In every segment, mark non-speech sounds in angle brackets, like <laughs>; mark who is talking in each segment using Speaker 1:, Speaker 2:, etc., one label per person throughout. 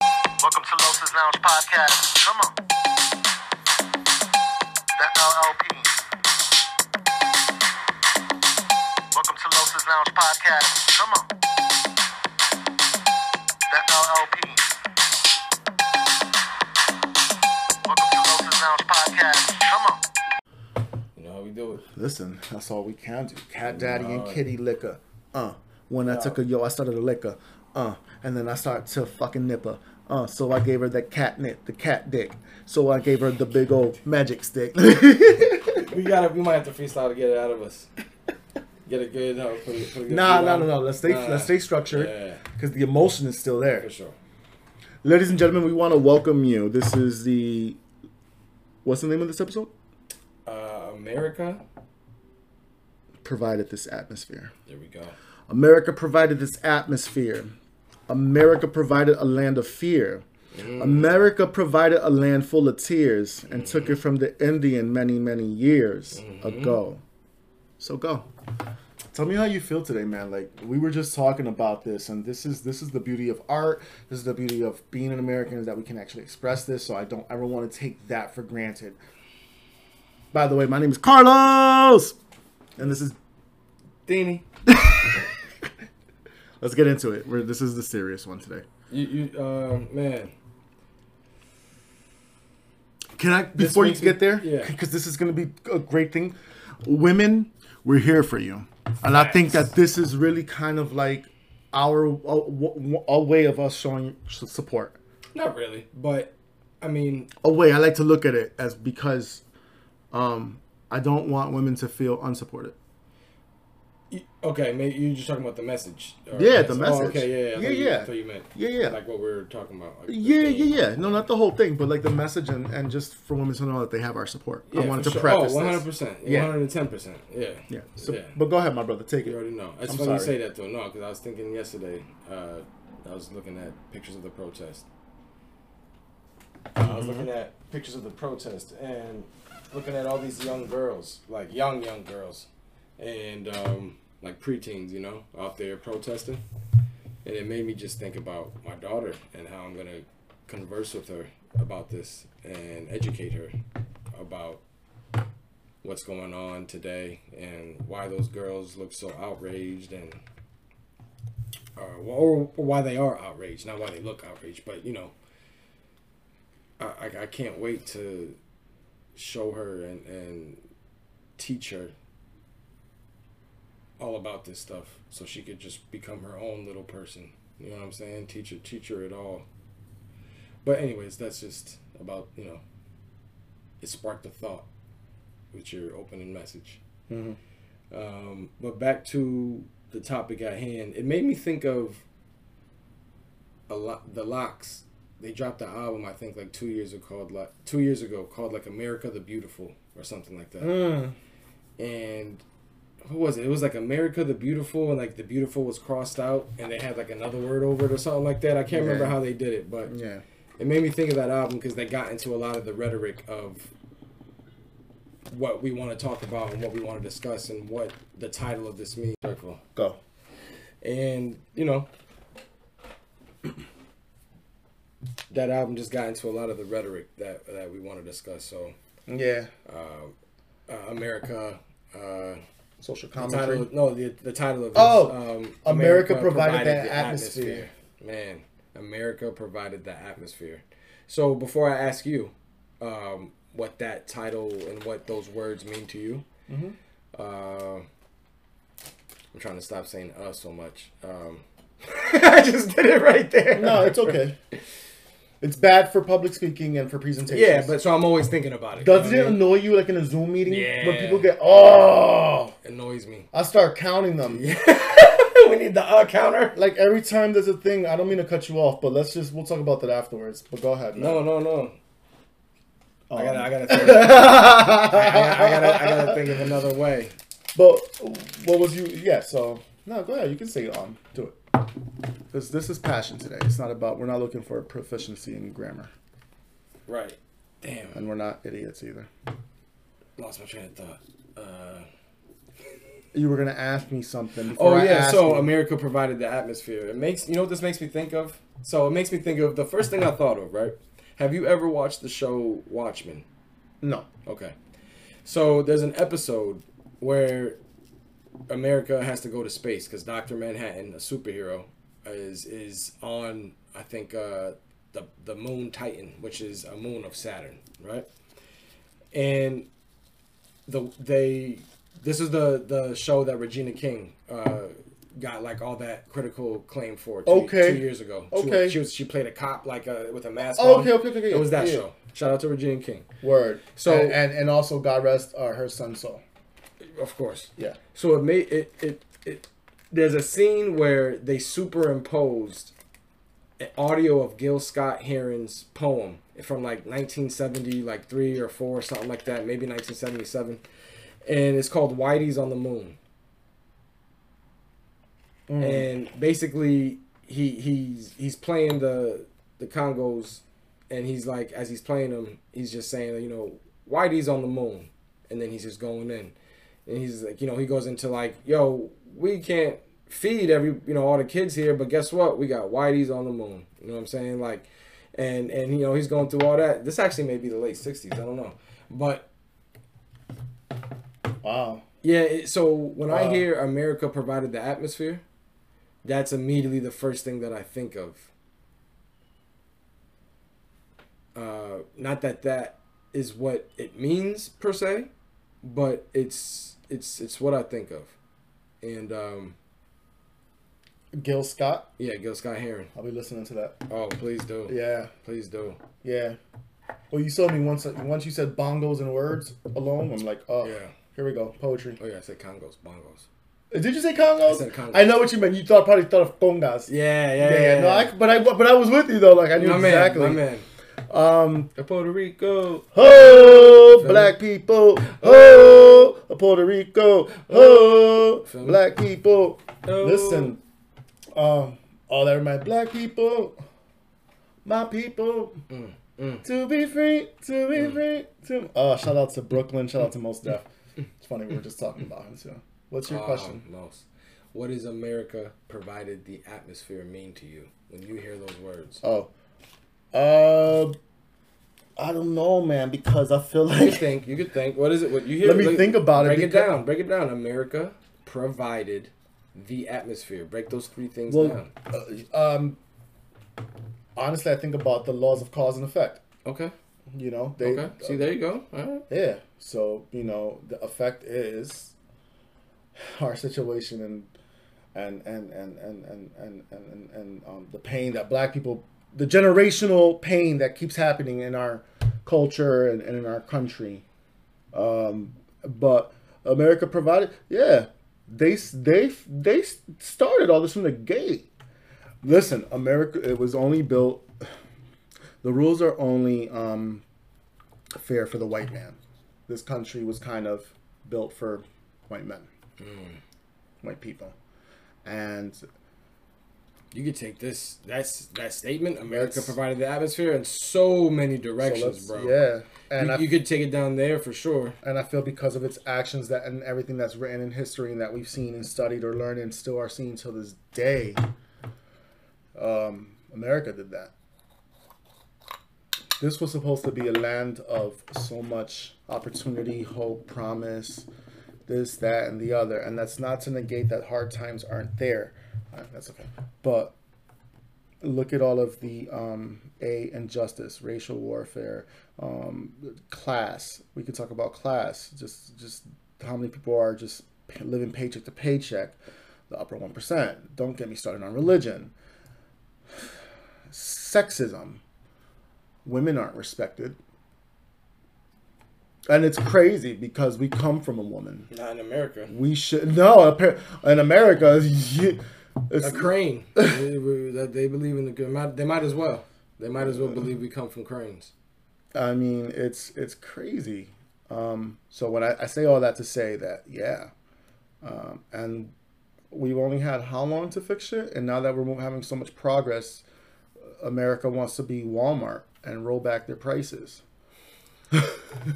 Speaker 1: Welcome to Losa's Lounge Podcast. Come on. That LLP. Welcome to Losa's Lounge Podcast. Come on. That LLP. Welcome to Losa's Lounge Podcast. Come on.
Speaker 2: You know how we do it.
Speaker 3: Listen, that's all we can do.
Speaker 2: Oh,
Speaker 3: Cat daddy and kitty liquor. Uh, when I took her, yo, I started a liquor. Uh, and then I started to fucking nip her. Uh, so I gave her that catnip, the cat dick. So I gave her the big old magic stick. <laughs>
Speaker 2: We gotta. We might have to freestyle to get it out of us. Get a good. No, put a, put a good
Speaker 3: nah,
Speaker 2: beat
Speaker 3: nah,
Speaker 2: on
Speaker 3: no,
Speaker 2: it.
Speaker 3: no. Let's stay,
Speaker 2: Nah,
Speaker 3: let's stay structured
Speaker 2: Yeah.
Speaker 3: because the emotion is still there.
Speaker 2: for sure.
Speaker 3: Ladies and gentlemen, we want to welcome you. This is the what's the name of this episode?
Speaker 2: Uh, America.
Speaker 3: Provided this atmosphere.
Speaker 2: There we go.
Speaker 3: America provided this atmosphere. America provided a land of fear. Mm. America provided a land full of tears and took it from the Indian many, many years ago. So go. Mm-hmm. Tell me how you feel today, man. Like we were just talking about this, and this is this is the beauty of art. This is the beauty of being an American is that we can actually express this. So I don't ever want to take that for granted. By the way, my name is Carlos, and this is
Speaker 2: Danny,
Speaker 3: Let's get into it. We're, this is the serious one today.
Speaker 2: you, you, um, man.
Speaker 3: Can I before you
Speaker 2: makes me-
Speaker 3: get there?
Speaker 2: yeah.
Speaker 3: Because this is going to be a great thing. Women, we're here for you, and I think that this is really kind of like our a, a- a way of us showing s- support.
Speaker 2: Not really, but I mean,
Speaker 3: A way I like to look at it as because um, I don't want women to feel unsupported.
Speaker 2: y- okay. Maybe you're just talking about the message. or-
Speaker 3: Yeah, the
Speaker 2: oh,
Speaker 3: message.
Speaker 2: okay, yeah, yeah. I
Speaker 3: Yeah,
Speaker 2: thought you-
Speaker 3: yeah.
Speaker 2: I thought you meant.
Speaker 3: Yeah, yeah.
Speaker 2: Like what we were talking about. like the
Speaker 3: Yeah,
Speaker 2: thing.
Speaker 3: yeah, yeah. No, not the whole thing, but like the message and, and just for women to know that they have our support. I
Speaker 2: Yeah,
Speaker 3: wanted
Speaker 2: for
Speaker 3: to
Speaker 2: sure.
Speaker 3: preface
Speaker 2: Oh, one hundred
Speaker 3: this.
Speaker 2: percent.
Speaker 3: Yeah.
Speaker 2: One hundred and ten percent. Yeah.
Speaker 3: Yeah. So,
Speaker 2: Yeah.
Speaker 3: But go ahead, my brother. Take
Speaker 2: You
Speaker 3: it.
Speaker 2: already know. It's
Speaker 3: I'm
Speaker 2: funny you
Speaker 3: sorry.
Speaker 2: say that though, no, because I was thinking yesterday. Uh, I was looking at pictures of the protest.
Speaker 3: Mm-hmm.
Speaker 2: I was looking at pictures of the protest and looking at all these young girls, like young young girls, and um, like preteens, you know, out there protesting, and it made me just think about my daughter and how I'm gonna converse with her about this and educate her about what's going on today and why those girls look so outraged and uh, or why they are outraged, not why they look outraged, but you know, I, I, I can't wait to show her and, and teach her all about this stuff so she could just become her own little person. You know what I'm saying? Teach her, teach her it all. But anyways, that's just about, you know, it sparked a thought with your opening message.
Speaker 3: Mm-hmm.
Speaker 2: Um, but back to the topic at hand, it made me think of a lot. The Locks. They dropped an album I think like two years ago called like two years ago called like America the Beautiful or something like that.
Speaker 3: Mm.
Speaker 2: And who was it? It was like America the Beautiful and like the Beautiful was crossed out and they had like another word over it or something like that. I can't remember
Speaker 3: Yeah.
Speaker 2: how they did it, but
Speaker 3: Yeah.
Speaker 2: it made me think of that album because they got into a lot of the rhetoric of what we want to talk about and what we want to discuss and what the title of this means.
Speaker 3: Go.
Speaker 2: And, you know, <clears throat> that album just got into a lot of the rhetoric that, that we want to discuss. So,
Speaker 3: Yeah.
Speaker 2: uh, America, uh,
Speaker 3: Social
Speaker 2: the title,
Speaker 3: commentary.
Speaker 2: of- no, the, the title of this,
Speaker 3: Oh,
Speaker 2: um,
Speaker 3: America provided that atmosphere.
Speaker 2: Man, America provided the atmosphere. So before I ask you, um, what that title and what those words mean to you,
Speaker 3: Mm-hmm.
Speaker 2: uh, I'm trying to stop saying "us" so much. Um, <laughs> I just did it right there.
Speaker 3: No, it's <laughs> okay. It's bad for public speaking and for presentations.
Speaker 2: yeah, but so I'm always thinking about it.
Speaker 3: doesn't
Speaker 2: You know
Speaker 3: it
Speaker 2: what I mean?
Speaker 3: annoy you like in a Zoom meeting when
Speaker 2: Yeah.
Speaker 3: people get oh?
Speaker 2: annoys
Speaker 3: <laughs>
Speaker 2: me?
Speaker 3: I start counting them.
Speaker 2: we need the uh counter.
Speaker 3: Like every time there's a thing, I don't mean to cut you off, but let's just we'll talk about that afterwards. But go ahead.
Speaker 2: No, no, no. I
Speaker 3: Um,
Speaker 2: gotta, I gotta, think, I, gotta, I gotta, I gotta think of another way.
Speaker 3: But what was you? Yeah. So no, go ahead. You can say um, do it. Because this is passion today. It's not about we're not looking for proficiency in grammar,
Speaker 2: Right. Damn,
Speaker 3: and we're not idiots either.
Speaker 2: lost my train of thought. Uh,
Speaker 3: you were gonna ask me something. Before
Speaker 2: Oh
Speaker 3: I
Speaker 2: yeah,
Speaker 3: asked
Speaker 2: so
Speaker 3: you.
Speaker 2: America provided the atmosphere. It makes you know what this makes me think of. So it makes me think of the first thing I thought of. Right? Have you ever watched the show Watchmen?
Speaker 3: no,
Speaker 2: Okay. So there's an episode where America has to go to space because Doctor Manhattan, a superhero, is is on I think uh, the the moon Titan, which is a moon of Saturn, right? And the they this is the the show that Regina King uh, got like all that critical acclaim for two,
Speaker 3: Okay.
Speaker 2: two years ago. She-
Speaker 3: Okay.
Speaker 2: she was she played a cop like uh with a mask.
Speaker 3: Oh,
Speaker 2: on.
Speaker 3: okay, okay, okay, okay.
Speaker 2: It was that
Speaker 3: Yeah.
Speaker 2: show. Shout out to Regina King,
Speaker 3: word.
Speaker 2: So-
Speaker 3: and and, and also God rest uh, her son soul.
Speaker 2: of course.
Speaker 3: Yeah.
Speaker 2: So it made it, it it there's a scene where they superimposed an audio of Gil Scott Heron's poem from like 1970, like three or four, or something like that, maybe 1977, and it's called "Whitey's on the Moon." And basically, he he's he's playing the the Congos, and he's like, as he's playing them, he's just saying, you know, Whitey's on the moon, and then he's just going in and he's like, you know, he goes into like, yo, we can't feed every, you know, all the kids here, but guess what? We got Whitey's on the moon. You know what I'm saying? Like, and and you know, he's going through all that. This actually may be the late '60s. I don't know, but
Speaker 3: Wow.
Speaker 2: yeah. It, so when I
Speaker 3: Wow.
Speaker 2: hear America provided the atmosphere, that's immediately the first thing that I think of. Uh, not that that is what it means per se, but it's it's it's what I think of, and um,
Speaker 3: Gil Scott.
Speaker 2: yeah, Gil Scott Heron.
Speaker 3: I'll be listening to that.
Speaker 2: Oh, please do,
Speaker 3: Yeah.
Speaker 2: please do.
Speaker 3: Yeah. Well, you sold me once. uh, Once you said bongos and words alone, I'm like, oh,
Speaker 2: Yeah.
Speaker 3: here we go, poetry. Uh,
Speaker 2: Oh yeah, I said Congos, bongos.
Speaker 3: Did you say congos?
Speaker 2: I said congos.
Speaker 3: I know what you meant. You thought probably thought of congas.
Speaker 2: Yeah,
Speaker 3: Yeah, yeah, no, I, but I but I was with you though. Like I knew
Speaker 2: my
Speaker 3: exactly.
Speaker 2: man, my man.
Speaker 3: Um,
Speaker 2: The Puerto Rico.
Speaker 3: ho,
Speaker 2: me?
Speaker 3: black people, ho, Puerto Rico, ho,
Speaker 2: Feel me?
Speaker 3: black people.
Speaker 2: Ho.
Speaker 3: Listen, um, all that remind black people, my people, to be free, to be free, to. Oh, shout out to Brooklyn. Shout out to Most Def. It's funny we were just talking about him too. What's your
Speaker 2: Um,
Speaker 3: question?
Speaker 2: Los. What is America provided the atmosphere mean to you when you hear those words?
Speaker 3: Oh, uh, I don't know, man, because I feel
Speaker 2: You
Speaker 3: like.
Speaker 2: <laughs> think you could think. What is it? What you hear?
Speaker 3: Let me think about it
Speaker 2: Break it
Speaker 3: because-
Speaker 2: down. Break it down. America provided the atmosphere. Break those three things
Speaker 3: Well,
Speaker 2: down.
Speaker 3: uh, um, honestly, I think about the laws of cause and effect.
Speaker 2: Okay.
Speaker 3: You know, they,
Speaker 2: Okay. See, there you go. All right.
Speaker 3: yeah. So you know, the effect is our situation and and and and and and and and, and, and um, the pain that Black people, the generational pain that keeps happening in our culture and, and in our country. Um, but America provided, yeah, they s- they f- they s- started all this from the gate. Listen, America, it was only built. <sighs> The rules are only um, fair for the white man. This country was kind of built for white men, white people, and
Speaker 2: You could take this. That's that statement. America
Speaker 3: That's-
Speaker 2: provided the atmosphere in so many
Speaker 3: so
Speaker 2: directions,
Speaker 3: let's-
Speaker 2: bro.
Speaker 3: yeah, and
Speaker 2: you,
Speaker 3: I
Speaker 2: you could take it down there for sure.
Speaker 3: and I feel because of its actions that and everything that's written in history and that we've seen and studied or learned and still are seen till this day. Um, America did that. This was supposed to be a land of so much opportunity, hope, promise, this, that, and the other. And that's not to negate that hard times aren't there. Uh, That's okay. But look at all of the um, a injustice, racial warfare, um, class. We could talk about class. Just just how many people are just p- living paycheck to paycheck. The upper one percent. Don't get me started on religion. Sexism. Women aren't respected. And it's crazy because we come from a woman.
Speaker 2: Not in America.
Speaker 3: We should no appar- in America. <laughs> It's
Speaker 2: A
Speaker 3: <laughs>
Speaker 2: crane. they, we- that they believe in the. they might- They might as well. They might as well believe we come from cranes.
Speaker 3: I mean, it's it's crazy. Um, so when I, I say all that to say that, yeah, um, and we've only had how long to fix it, and now that we're having so much progress, America wants to be Walmart and roll back their prices.
Speaker 2: I'm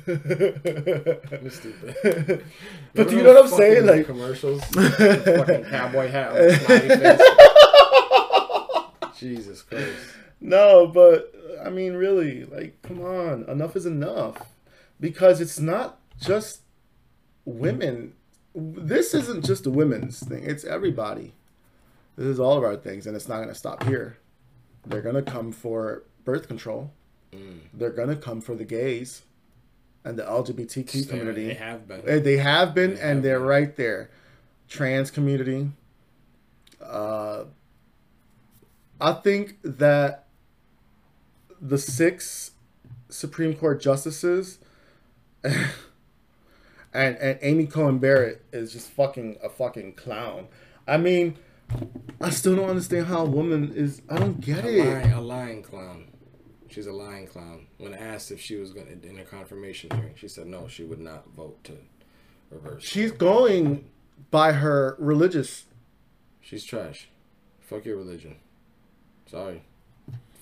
Speaker 2: <laughs> stupid.
Speaker 3: <laughs> But
Speaker 2: Remember
Speaker 3: you know what I'm
Speaker 2: those
Speaker 3: saying?
Speaker 2: fucking
Speaker 3: Like- <laughs>
Speaker 2: commercials, fucking cowboy hat, with a smiley face.
Speaker 3: <laughs>
Speaker 2: Jesus Christ.
Speaker 3: No, but I mean, really, like, come on, enough is enough, because it's not just women. This isn't just a women's thing; it's everybody. This is all of our things, and it's not going to stop here. They're going to come for birth control. They're going to come for the gays and the
Speaker 2: uh,
Speaker 3: LGBTQ community.
Speaker 2: They have been.
Speaker 3: Uh, They have been,
Speaker 2: They
Speaker 3: and
Speaker 2: have
Speaker 3: they're
Speaker 2: been.
Speaker 3: right there. Trans community. Uh, I think that the six Supreme Court justices <laughs> and and Amy Cohen Barrett is just fucking a fucking clown. I mean, I still don't understand how a woman is. I don't get
Speaker 2: a
Speaker 3: it.
Speaker 2: lying, a lying clown. She's a lying clown. When asked if she was going to in her confirmation hearing, she said no, she would not vote to reverse.
Speaker 3: She's going by her religious.
Speaker 2: She's trash. Fuck your religion. Sorry.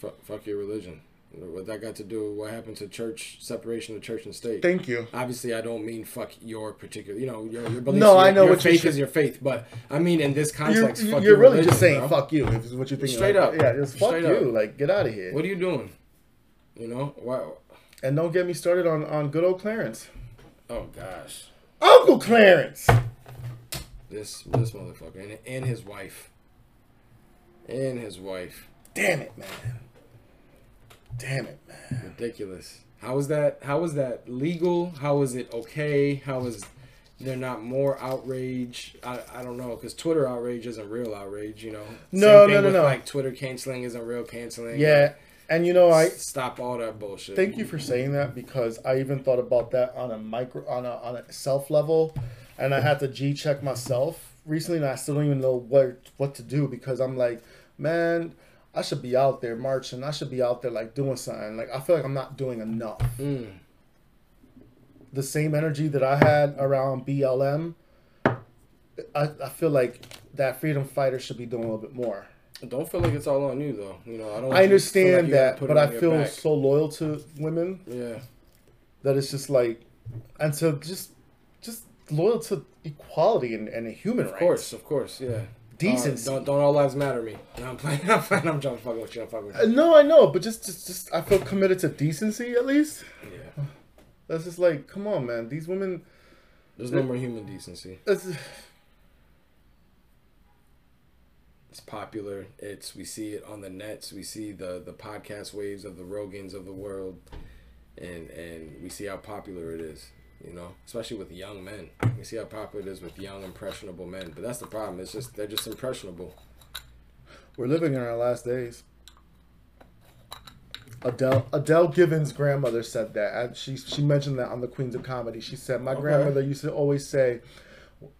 Speaker 2: Fuck, fuck your religion. What that got to do with what happened to church separation of church and state?
Speaker 3: Thank you.
Speaker 2: Obviously, I don't mean fuck your particular. You know your, your beliefs.
Speaker 3: No,
Speaker 2: your,
Speaker 3: I know
Speaker 2: your
Speaker 3: what you're
Speaker 2: faith
Speaker 3: tr-
Speaker 2: is your faith, but I mean in this
Speaker 3: You're,
Speaker 2: context,
Speaker 3: you're
Speaker 2: fuck
Speaker 3: really
Speaker 2: your religion,
Speaker 3: just saying
Speaker 2: bro.
Speaker 3: "fuck you" if is what you think.
Speaker 2: Straight
Speaker 3: like,
Speaker 2: up.
Speaker 3: yeah, just fuck
Speaker 2: Straight
Speaker 3: you.
Speaker 2: up.
Speaker 3: Like, get out of here.
Speaker 2: What are you doing? You know why?
Speaker 3: And don't get me started on on good old Clarence,
Speaker 2: Oh gosh.
Speaker 3: Uncle Clarence.
Speaker 2: This this motherfucker and, and his wife. And his wife.
Speaker 3: Damn it, man. Damn it, man.
Speaker 2: Ridiculous. How is that how is that legal? How is it okay? How is there not more outrage? I, I don't know because Twitter outrage isn't real outrage, you know.
Speaker 3: No, no, no,
Speaker 2: with,
Speaker 3: no.
Speaker 2: Like Twitter canceling isn't real canceling.
Speaker 3: Yeah, and you know I
Speaker 2: Like, stop all that bullshit.
Speaker 3: thank you for saying that because I even thought about that on a micro on a on a self level, and I had to G check myself recently, and I still don't even know what what to do because I'm like, man, I should be out there marching. I should be out there like doing something. Like I feel like I'm not doing enough.
Speaker 2: Mm.
Speaker 3: the same energy that I had around BLM, I, I feel like that freedom fighter should be doing a little bit more.
Speaker 2: Don't feel like it's all on you though. You know I don't. want you to
Speaker 3: I
Speaker 2: feel
Speaker 3: understand
Speaker 2: like you gotta
Speaker 3: that,
Speaker 2: put
Speaker 3: but
Speaker 2: it on
Speaker 3: I
Speaker 2: your
Speaker 3: feel
Speaker 2: back.
Speaker 3: so loyal to women
Speaker 2: Yeah.
Speaker 3: that it's just like, and so just, just loyal to equality and, and human
Speaker 2: Of
Speaker 3: rights.
Speaker 2: course, of course, yeah.
Speaker 3: Decency.
Speaker 2: Uh, don't don't all lives matter to me. <laughs> No, I'm playing. I'm playing. I'm just fucking with you. I'm fucking with
Speaker 3: Uh, No, I know, but just, just, just, I feel committed to decency at least.
Speaker 2: you. Yeah.
Speaker 3: That's just like, come on, man. These women,
Speaker 2: There's no more human decency.
Speaker 3: that's, <sighs>
Speaker 2: It's popular. It's we see it on the nets. We see the the podcast waves of the Rogans of the world, and and we see how popular it is. You know, especially with young men. We see how popular it is with young impressionable men. But that's the problem. It's just they're just impressionable.
Speaker 3: we're living in our last days. Adele Adele Givens' grandmother said that. And she she mentioned that on the Queens of Comedy. She said, "My grandmother used to always say,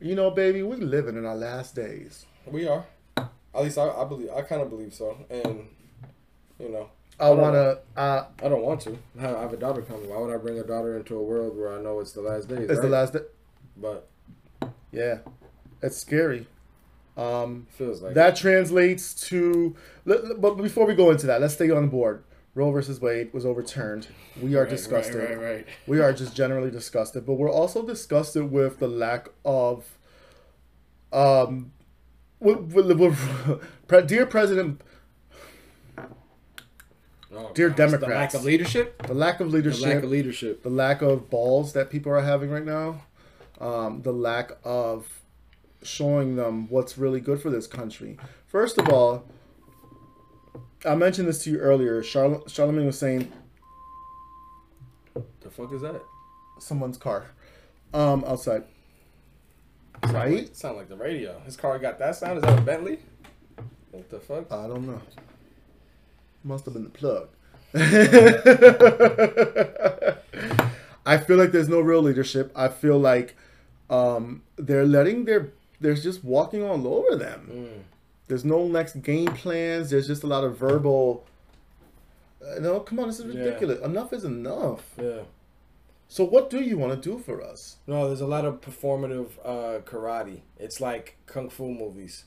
Speaker 3: you know, baby, we living in our last days."
Speaker 2: We are. At least I, I believe. I kind of believe so. And you know,
Speaker 3: I wanna. Uh,
Speaker 2: I don't want to. I have I have a daughter coming. Why would I bring a daughter into a world where I know it's the last days?
Speaker 3: it's the
Speaker 2: right?
Speaker 3: last day.
Speaker 2: But
Speaker 3: Yeah, it's scary. Um,
Speaker 2: it feels like
Speaker 3: that translates to. let- let- But before we go into that, let's stay on board. Roe versus Wade was overturned. We are
Speaker 2: Right,
Speaker 3: disgusted.
Speaker 2: Right, right, right.
Speaker 3: we are just generally disgusted but we're also disgusted with the lack of um with, with, with, <laughs> Pre- dear president
Speaker 2: Oh,
Speaker 3: Dear
Speaker 2: gosh, the
Speaker 3: Democrats.
Speaker 2: lack of leadership.
Speaker 3: the lack of
Speaker 2: The
Speaker 3: leadership
Speaker 2: lack of leadership.
Speaker 3: the lack of balls that people are having right now, um, the lack of showing them what's really good for this country. First of all, I mentioned this to you earlier. Charl- Charlemagne was saying
Speaker 2: The fuck is that?
Speaker 3: someone's car um, outside. Right?
Speaker 2: It sound like the radio. His car got that sound. Is that a Bentley? What the fuck?
Speaker 3: I don't know. Must have been the plug. <laughs> I feel like there's no real leadership. I feel like um, they're letting their they're just walking all over them.
Speaker 2: Hmm,
Speaker 3: There's no next game plans. There's just a lot of verbal. Uh, no, come on, this is
Speaker 2: Yeah.
Speaker 3: ridiculous. Enough is enough.
Speaker 2: yeah.
Speaker 3: So, what do you want to do for us?
Speaker 2: No, there's a lot of performative uh, karate. It's like kung fu movies.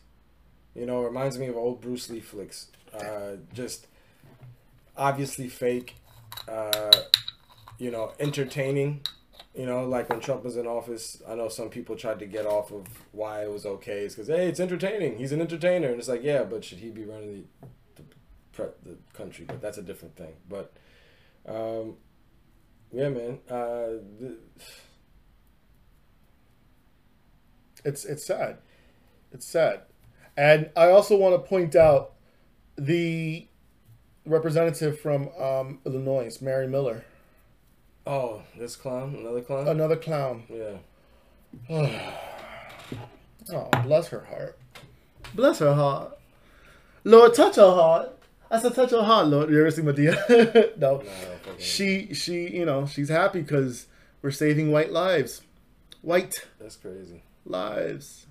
Speaker 2: You know, it reminds me of old Bruce Lee flicks. Uh, just obviously fake. Uh, you know, entertaining. You know, like when Trump was in office, I know some people tried to get off of why it was okay. It's because hey, it's entertaining. He's an entertainer, and it's like yeah, but should he be running the the, pre- the country? But that's a different thing. But um, yeah, man, uh, the,
Speaker 3: It's it's sad. It's sad. And I also want to point out the representative from um, Illinois, Mary Miller,
Speaker 2: oh, this clown, another clown.
Speaker 3: another clown.
Speaker 2: yeah,
Speaker 3: Oh, bless her heart.
Speaker 4: Bless her heart. Lord, touch her heart. I said, touch her heart, Lord. You ever see Medea? <laughs> no.
Speaker 2: fucking-
Speaker 4: She, she, you know, she's happy because we're saving white lives. White
Speaker 2: that's crazy.
Speaker 4: lives.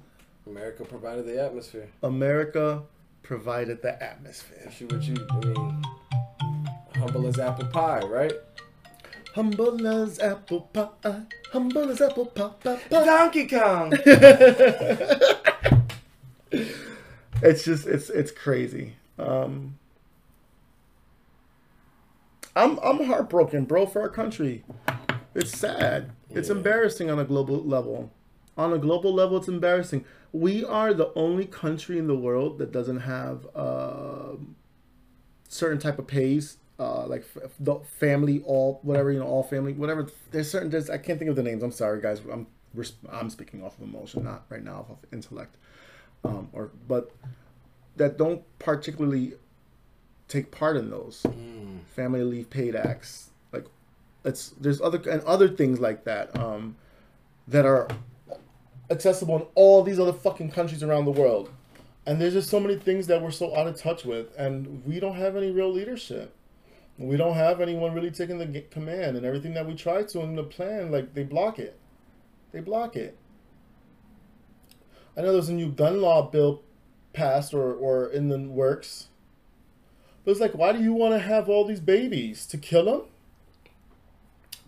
Speaker 2: America provided the atmosphere.
Speaker 4: America provided the atmosphere.
Speaker 2: She what you, I mean, humble as apple pie, right?
Speaker 4: Humble as apple pie. Humble as apple pie. pie, pie.
Speaker 2: Donkey Kong.
Speaker 4: It's just, it's, it's crazy. Um, I'm, I'm heartbroken, bro, for our country. It's sad. It's
Speaker 2: Yeah.
Speaker 4: embarrassing on a global level. On a global level, it's embarrassing. We are the only country in the world that doesn't have uh, certain type of pays, uh, like f- the family, all whatever you know, all family, whatever. There's certain. There's I can't think of the names. I'm sorry, guys. I'm we're, sp- I'm speaking off of emotion, not right now off of intellect, um, or but that don't particularly take part in those family leave paid acts like it's there's other and other things like that um that are
Speaker 3: Accessible in all these other fucking countries around the world. And there's just so many things that we're so out of touch with, and we don't have any real leadership. We don't have anyone really taking the g- command, and everything that we try to in the plan, like they block it. They block it. I know there's a new gun law bill passed or, or in the works. But it's like, why do you want to have all these babies? To kill them?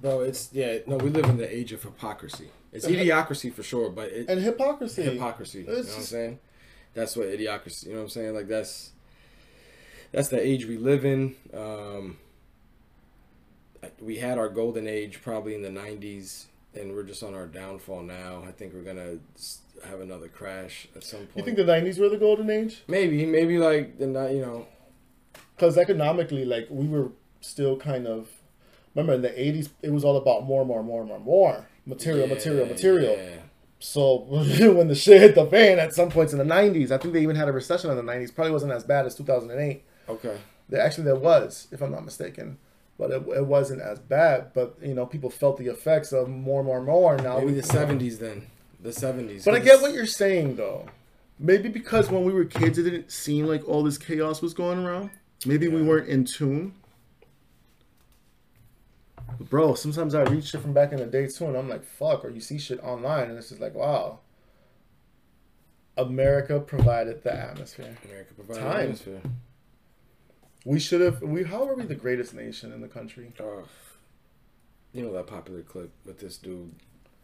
Speaker 2: Bro, it's yeah. No, we live in the age of hypocrisy. It's idiocracy for sure, but it,
Speaker 3: And hypocrisy.
Speaker 2: hypocrisy. You know
Speaker 3: It's
Speaker 2: what I'm
Speaker 3: just-
Speaker 2: saying? That's what idiocracy. You know what I'm saying? Like that's that's the age we live in. Um, we had our golden age probably in the '90s, and we're just on our downfall now. I think we're gonna s- have another crash at some point.
Speaker 3: You think the 90s were the golden age?
Speaker 2: maybe, maybe like the ni- you know,
Speaker 3: because economically, like we were still kind of remember in the eighties, it was all about more, more, more, more, more material,
Speaker 2: yeah,
Speaker 3: material, material.
Speaker 2: yeah.
Speaker 3: So <laughs> when the shit hit the fan,
Speaker 4: at some points in the 90s i think they even had a recession in the 90s probably wasn't as bad as 2008
Speaker 2: Okay.
Speaker 4: there actually there was if i'm not mistaken but it, it wasn't as bad but you know people felt the effects of more more more now
Speaker 2: Maybe
Speaker 4: we,
Speaker 2: the '70s then. The '70s.
Speaker 4: but i get what you're saying though maybe because when we were kids it didn't seem like all this chaos was going around maybe we weren't in tune But bro sometimes i read
Speaker 3: read shit from back in the day too, and I'm like, fuck, or you see shit online, and it's just like, wow. America provided the atmosphere.
Speaker 2: America provided
Speaker 3: Time.
Speaker 2: atmosphere.
Speaker 3: We should have. We how are we the greatest nation in the country?
Speaker 2: Uh, you know that popular clip with this dude,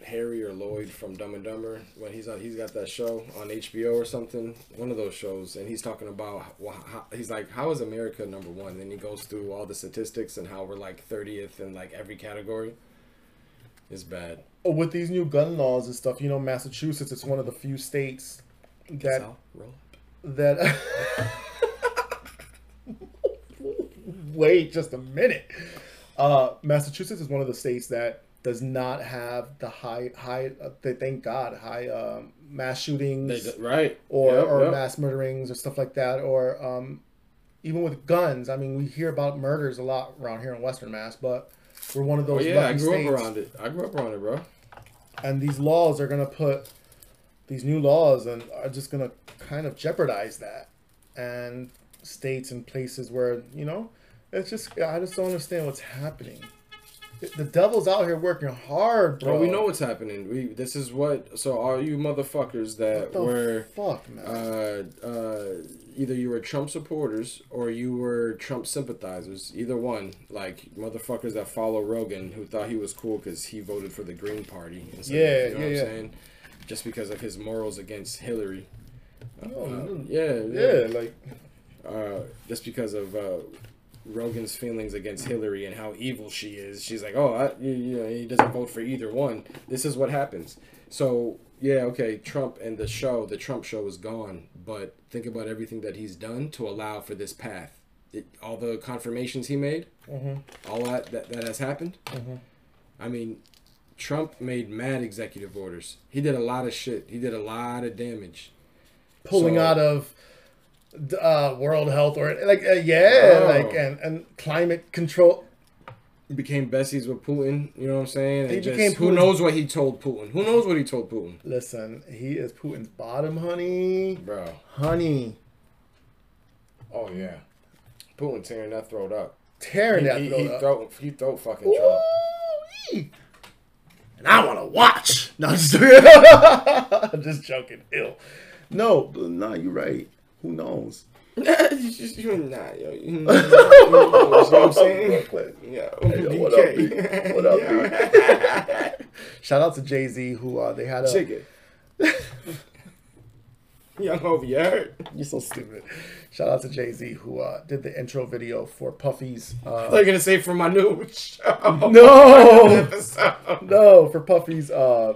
Speaker 2: Harry or Lloyd from Dumb and Dumber, when he's on, he's got that show on HBO or something, one of those shows, and he's talking about wh- how, he's like, how is America number one? And he goes through all the statistics and how we're like thirtieth in like every category. It's bad.
Speaker 3: With these new gun laws and stuff, you know, Massachusetts, it's one of the few states that
Speaker 2: So, roll.
Speaker 3: that <laughs> wait just a minute uh massachusetts is one of the states that does not have the high high uh, they thank god high um, mass
Speaker 2: They
Speaker 3: shootings
Speaker 2: d- right
Speaker 3: or,
Speaker 2: Yep,
Speaker 3: or
Speaker 2: yep.
Speaker 3: mass murderings or stuff like that or um even with guns i mean we hear about murders a lot around here in western mass but we're one of
Speaker 2: Oh
Speaker 3: those
Speaker 2: yeah, I
Speaker 3: lucky
Speaker 2: grew
Speaker 3: states
Speaker 2: up around it. I grew up around it, bro.
Speaker 3: and these laws are going to put these new laws and are just going to kind of jeopardize that and states and places where you know it's just i just don't understand what's happening the devil's out here working hard bro
Speaker 2: Bro, we know what's happening. We this is what. So all you motherfuckers that
Speaker 3: the
Speaker 2: were
Speaker 3: fuck man
Speaker 2: uh, uh, either you were Trump supporters or you were Trump sympathizers. Either one, like motherfuckers that follow Rogan, who thought he was cool because he voted for the Green Party. and stuff,
Speaker 3: Yeah, yeah, yeah.
Speaker 2: saying? Just because of his morals against Hillary.
Speaker 3: No, no,
Speaker 2: Yeah,
Speaker 3: Oh, yeah like
Speaker 2: Uh, just because of uh, Rogan's feelings against Hillary and how evil she is. She's like, oh, I, you, you know, he doesn't vote for either one. This is what happens. So yeah, okay, Trump and the show, the Trump show is gone. But think about everything that he's done to allow for this path. It, all the confirmations he made, all that, that that has happened. I mean, Trump made mad executive orders. He did a lot of shit. He did a lot of damage.
Speaker 3: pulling
Speaker 2: So-
Speaker 3: out of d- uh, World Health or like uh, yeah,
Speaker 2: Oh.
Speaker 3: like and, and climate control.
Speaker 2: became besties with Putin. You know what I'm saying? And
Speaker 3: He
Speaker 2: just-
Speaker 3: became
Speaker 2: Who
Speaker 3: Putin.
Speaker 2: knows what he told Putin? Who knows what he told Putin,
Speaker 3: Listen, he is Putin's bottom, honey,
Speaker 2: bro?
Speaker 3: honey,
Speaker 2: Oh yeah, Putin tearing that throat up.
Speaker 3: tearing that
Speaker 2: he,
Speaker 3: throat
Speaker 2: he
Speaker 3: up.
Speaker 2: throat, he throat fucking Trump.
Speaker 3: Ooh-wee. And I want to watch. <laughs> No, I'm just joking. I'm just joking. Ill. No, but nah, you're right. Who knows?
Speaker 2: <laughs> You're not, yo. You know what I'm <laughs> saying? Yo,
Speaker 3: Yo, what up, B?
Speaker 2: <laughs>
Speaker 3: What up, B? <laughs> Shout out to Jay Z, who uh, they had a.
Speaker 2: Chicken. <laughs> Young Hov, you heard?
Speaker 3: You're so stupid. Shout out to Jay Z, who uh, did the intro video for Puffy's.
Speaker 2: <laughs>
Speaker 3: Uh, <laughs>
Speaker 2: They're gonna say for my new show.
Speaker 3: no,
Speaker 2: episode.
Speaker 3: no, for Puffy's. Uh,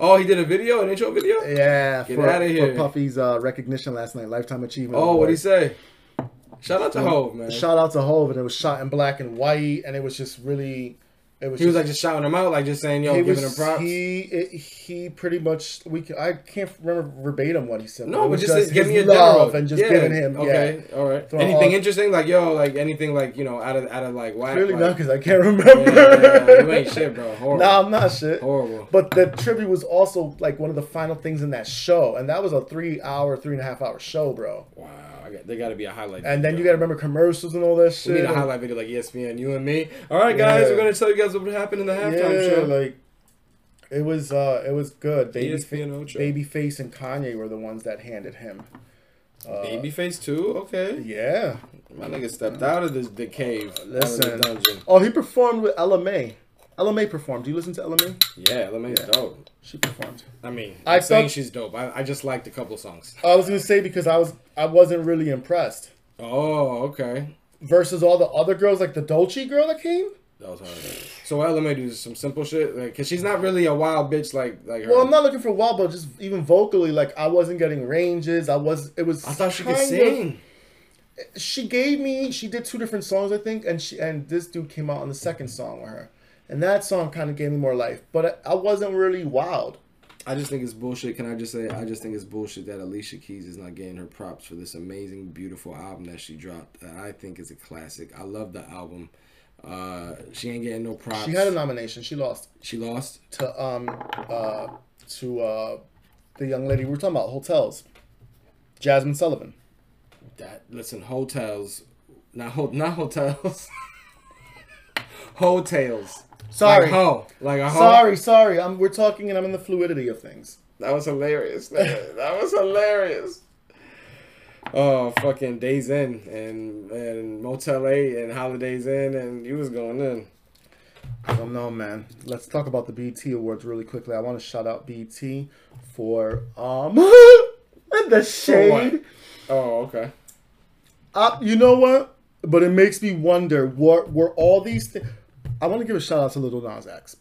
Speaker 2: Oh, he did a video, an intro video.
Speaker 3: yeah,
Speaker 2: Get
Speaker 3: for,
Speaker 2: outta
Speaker 3: for
Speaker 2: here.
Speaker 3: Puffy's uh, recognition last night, Lifetime Achievement.
Speaker 2: Oh, what
Speaker 3: Award.
Speaker 2: he say? Shout out to Hov, man.
Speaker 3: Shout out to Hov, and it was shot in black and white, and it was just really. It was.
Speaker 2: He was like
Speaker 3: just,
Speaker 2: just shouting him out, like just saying, "Yo,
Speaker 3: he
Speaker 2: giving
Speaker 3: was-
Speaker 2: him props."
Speaker 3: He it, he pretty much we can, I can't remember verbatim what he said.
Speaker 2: No,
Speaker 3: it
Speaker 2: but
Speaker 3: was
Speaker 2: just, give
Speaker 3: his
Speaker 2: me a
Speaker 3: love
Speaker 2: general.
Speaker 3: and just
Speaker 2: Yeah,
Speaker 3: giving him.
Speaker 2: Okay,
Speaker 3: yeah.
Speaker 2: all right.
Speaker 3: Throw
Speaker 2: anything
Speaker 3: all-
Speaker 2: interesting? Like yo, like anything like you know out of out of like whack.
Speaker 3: Really
Speaker 2: like,
Speaker 3: not because I can't remember.
Speaker 2: Yeah, <laughs> you
Speaker 3: <laughs>
Speaker 2: ain't shit, bro. Horrible.
Speaker 3: Nah, I'm not shit.
Speaker 2: Horrible.
Speaker 3: But the tribute was also like one of the final things in that show, and that was a three-hour, three and a half-hour show, bro.
Speaker 2: Wow, I got, they got to be a highlight.
Speaker 3: And then you got
Speaker 2: video.
Speaker 3: to remember commercials and all that shit.
Speaker 2: We need a highlight video like E ESPN, you and me. All right, guys,
Speaker 3: Yeah.
Speaker 2: we're gonna tell you guys what happened in the
Speaker 3: yeah,
Speaker 2: halftime show. E
Speaker 3: like it was. uh It was good. Baby,
Speaker 2: ESPN Ocho.
Speaker 3: Babyface and Kanye were the ones that handed him.
Speaker 2: Uh, Babyface too. Okay,
Speaker 3: Yeah.
Speaker 2: my nigga stepped out of this the cave, out of the
Speaker 3: Listen.
Speaker 2: dungeon.
Speaker 3: Oh, he performed with LMA. LMA performed. Do you listen to LMA?
Speaker 2: Yeah, LMA's dope.
Speaker 3: She performed.
Speaker 2: I mean,
Speaker 3: I
Speaker 2: I am saying
Speaker 3: thought-
Speaker 2: she's dope. I, I just liked a couple songs.
Speaker 3: I was gonna say because I was I wasn't really impressed
Speaker 2: Oh, okay.
Speaker 3: versus all the other girls like the Dolce girl that came.
Speaker 2: That was hard. So LMA do some simple shit, like, cause she's not really a wild bitch like like her.
Speaker 3: Well, I'm not looking for wild, but just even vocally, like I wasn't getting ranges. I was. It was.
Speaker 2: I thought she could
Speaker 3: kinda-
Speaker 2: sing.
Speaker 3: She gave me. She did two different songs, I think, and she and this dude came out on the second song with her, and that song kind of gave me more life. But I, I wasn't really wild.
Speaker 2: I just think it's bullshit. Can I just say I just think it's bullshit that Alicia Keys is not getting her props for this amazing, beautiful album that she dropped. That I think is a classic. I love the album. Uh, she ain't getting no props.
Speaker 3: She had a nomination. She lost
Speaker 2: She lost.
Speaker 3: to um uh to uh the young lady we were talking about hotels, Jasmine Sullivan.
Speaker 2: That listen, hotels, not ho- not hotels, <laughs> hotels.
Speaker 3: Sorry.
Speaker 2: like ho, like a ho.
Speaker 3: Sorry, sorry. I'm we're talking and I'm in the fluidity of things.
Speaker 2: That was <laughs> hilarious. nigga. that was hilarious. Oh, fucking Days In and and Motel A and Holidays In and you was going in.
Speaker 3: I don't know, man. Let's talk about the BT Awards really quickly. I want to shout out BT for um <laughs> the shade.
Speaker 2: Oh, okay.
Speaker 3: Uh, you know what? But it makes me wonder were were all these things. I want to give a shout out to Little Nas X.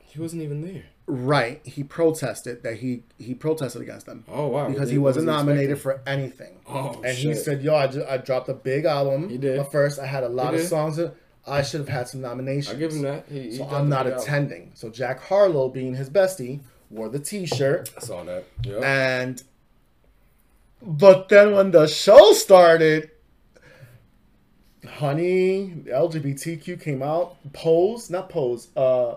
Speaker 2: He wasn't even there.
Speaker 3: Right, he protested that he he protested against them
Speaker 2: Oh wow.
Speaker 3: because
Speaker 2: Wasn't-
Speaker 3: he wasn't
Speaker 2: wasn't
Speaker 3: nominated
Speaker 2: expecting.
Speaker 3: for anything.
Speaker 2: Oh
Speaker 3: and
Speaker 2: shit.
Speaker 3: he said, "Yo, I, ju- I dropped a big album.
Speaker 2: He did.
Speaker 3: But first, I had a lot
Speaker 2: He
Speaker 3: of
Speaker 2: did.
Speaker 3: songs. That I should have had some
Speaker 2: I
Speaker 3: nominations.
Speaker 2: give him that. He, he
Speaker 3: So
Speaker 2: got
Speaker 3: I'm
Speaker 2: the
Speaker 3: not
Speaker 2: big album.
Speaker 3: attending. So Jack Harlow, being his bestie, wore the T-shirt,
Speaker 2: I saw that. Yep.
Speaker 3: and but then when the show started, honey, the LGBTQ came out. Pose, not pose. Uh,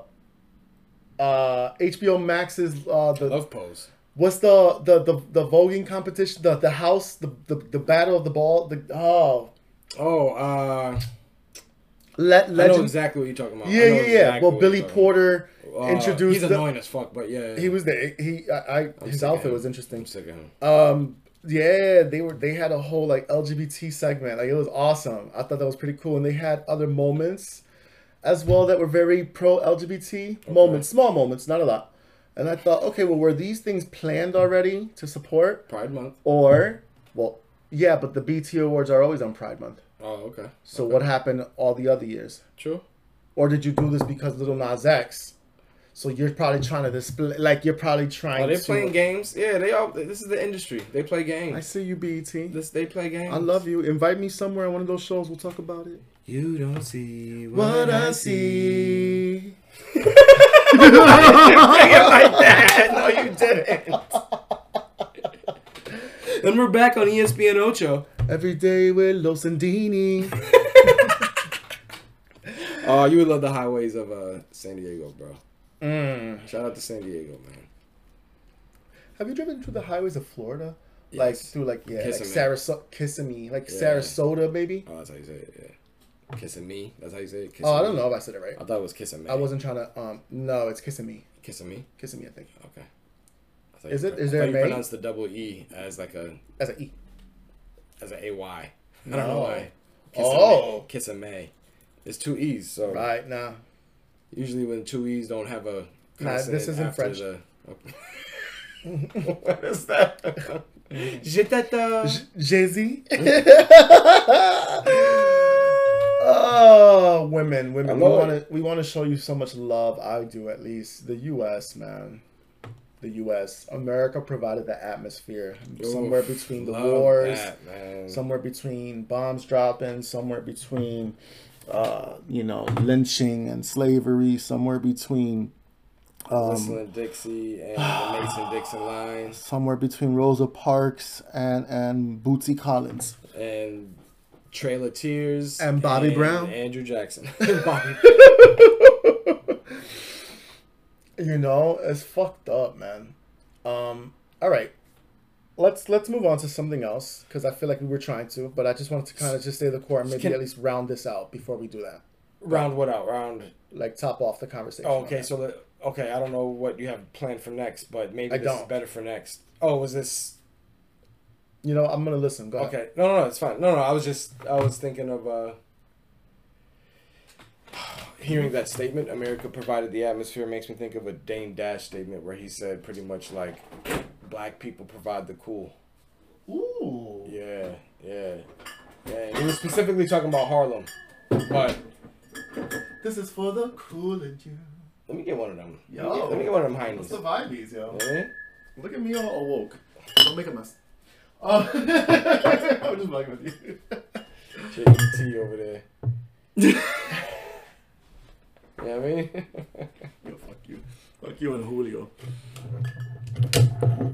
Speaker 3: uh, HBO Max's uh, the
Speaker 2: Love pose.
Speaker 3: What's the the the, the voguing competition? The the house the, the the battle of the ball. The oh
Speaker 2: Oh, uh,
Speaker 3: let
Speaker 2: I know
Speaker 3: legend.
Speaker 2: exactly what you're talking about. I
Speaker 3: yeah
Speaker 2: know
Speaker 3: yeah yeah.
Speaker 2: exactly
Speaker 3: well,
Speaker 2: what
Speaker 3: Billy
Speaker 2: you're talking about.
Speaker 3: Porter
Speaker 2: Uh,
Speaker 3: introduced.
Speaker 2: He's
Speaker 3: the-
Speaker 2: annoying as fuck, but yeah. yeah.
Speaker 3: he was the he I, I his
Speaker 2: sick of
Speaker 3: outfit
Speaker 2: him.
Speaker 3: was
Speaker 2: I'm
Speaker 3: interesting.
Speaker 2: sick of him.
Speaker 3: Um yeah, they were they had a whole like LGBT segment. Like it was awesome. I thought that was pretty cool, and they had other moments as well that were very pro LGBT moments, small moments, not a lot. And I thought, okay, well, were these things planned already to support?
Speaker 2: Pride Month.
Speaker 3: Or, well, yeah, but the BT Awards are always on Pride Month.
Speaker 2: Oh, okay.
Speaker 4: So what happened all the other years?
Speaker 2: True.
Speaker 4: Or did you do this because Little Nas X? So you're probably trying to display, like you're probably trying
Speaker 2: Are they
Speaker 4: to.
Speaker 2: playing games? Yeah, they all. This is the industry. They play
Speaker 4: I
Speaker 2: games.
Speaker 4: see you, BET.
Speaker 2: This they play games.
Speaker 4: I love you. Invite me somewhere on one of those shows. We'll talk about it.
Speaker 2: You don't see
Speaker 4: What I see.
Speaker 2: like that. <laughs> No, you didn't. then we're back on ESPN Ocho.
Speaker 4: Every day with Los Andini.
Speaker 2: Oh, you would love the highways of uh, San Diego, bro.
Speaker 4: Mm.
Speaker 2: Shout out to San Diego, man.
Speaker 3: Have you driven through the highways of Florida? Like
Speaker 2: Yes.
Speaker 3: through like yeah,
Speaker 2: Kissimmee.
Speaker 3: like Sarasota, Kissimmee, like
Speaker 2: Yeah.
Speaker 3: Sarasota maybe.
Speaker 2: Oh, that's how you say it. Yeah. Kissing me. That's how you say it. Kissing
Speaker 3: Oh, I
Speaker 2: me?
Speaker 3: don't know if I said it right.
Speaker 2: I thought it was kissing me.
Speaker 3: I wasn't trying to. Um, no, it's Kissimmee.
Speaker 2: kissing me.
Speaker 3: Kissimmee, I think.
Speaker 2: Okay. I thought
Speaker 3: Is
Speaker 2: you
Speaker 3: it-
Speaker 2: pro-
Speaker 3: is
Speaker 2: I
Speaker 3: there
Speaker 2: thought
Speaker 3: a
Speaker 2: you
Speaker 3: bay?
Speaker 2: pronounced the double e as like a
Speaker 3: That's an E.
Speaker 2: as a ay. I don't know
Speaker 3: No.
Speaker 2: why.
Speaker 3: Oh.
Speaker 2: kissing me. It's two e's. So
Speaker 3: Right now,
Speaker 2: usually when two e's don't have a
Speaker 3: Nah, this
Speaker 2: consonant
Speaker 3: isn't
Speaker 2: after
Speaker 3: French.
Speaker 2: the- <laughs> what is that? <laughs> Je t'attends.
Speaker 3: Jay
Speaker 2: <laughs>
Speaker 3: Z. <laughs> oh, women,
Speaker 2: I
Speaker 3: women. We
Speaker 2: love
Speaker 3: want to. We want to show you so much love. I do at least. The U.S. man. The U.S. America provided the atmosphere. somewhere between the
Speaker 2: Love
Speaker 3: wars.
Speaker 2: that, man.
Speaker 3: somewhere between bombs dropping, somewhere between, uh, you know, lynching and slavery, somewhere between, um,
Speaker 2: Whistling Dixie and the Mason Dixon lines
Speaker 3: somewhere between Rosa Parks and and Bootsy Collins.
Speaker 2: and Trailer Tears
Speaker 4: And Bobby Brown.
Speaker 2: Andrew Jackson. <laughs> Bobby-
Speaker 3: You know, it's fucked up, man. Um, all right, let's let's move on to something else because I feel like we were trying to, but I just wanted to kind of just stay the core and maybe
Speaker 2: Can-
Speaker 3: at least round this out before we do that,
Speaker 2: round what out? Round
Speaker 3: like top off the conversation.
Speaker 2: Oh,
Speaker 3: on
Speaker 2: okay.
Speaker 3: that.
Speaker 2: So, the, okay, I don't know what you have planned for next, but maybe
Speaker 3: I
Speaker 2: this is
Speaker 3: don't.
Speaker 2: better for next. Oh, was this
Speaker 3: you know, I'm gonna listen. Go ahead.
Speaker 2: okay? No, no, no, it's fine. No, no, I was just I was thinking of uh hearing that statement. America provided the atmosphere makes me think of a Dame Dash statement where he said pretty much like, "Black people provide the cool."
Speaker 3: Ooh.
Speaker 2: Yeah, yeah, yeah. And he was specifically talking about Harlem, but
Speaker 3: This is for the cool and you.
Speaker 2: let me get one of them. Let me
Speaker 3: Yo.
Speaker 2: get, let me get one of them Heinz.
Speaker 3: vibes, yo?
Speaker 2: Eh?
Speaker 3: Look at me all awoke. Don't make a mess. Oh, <laughs> I'm just fucking with you.
Speaker 2: JET E over there.
Speaker 3: <laughs>
Speaker 2: you know what I mean? <laughs>
Speaker 3: Yo, fuck you. Fuck you and Julio.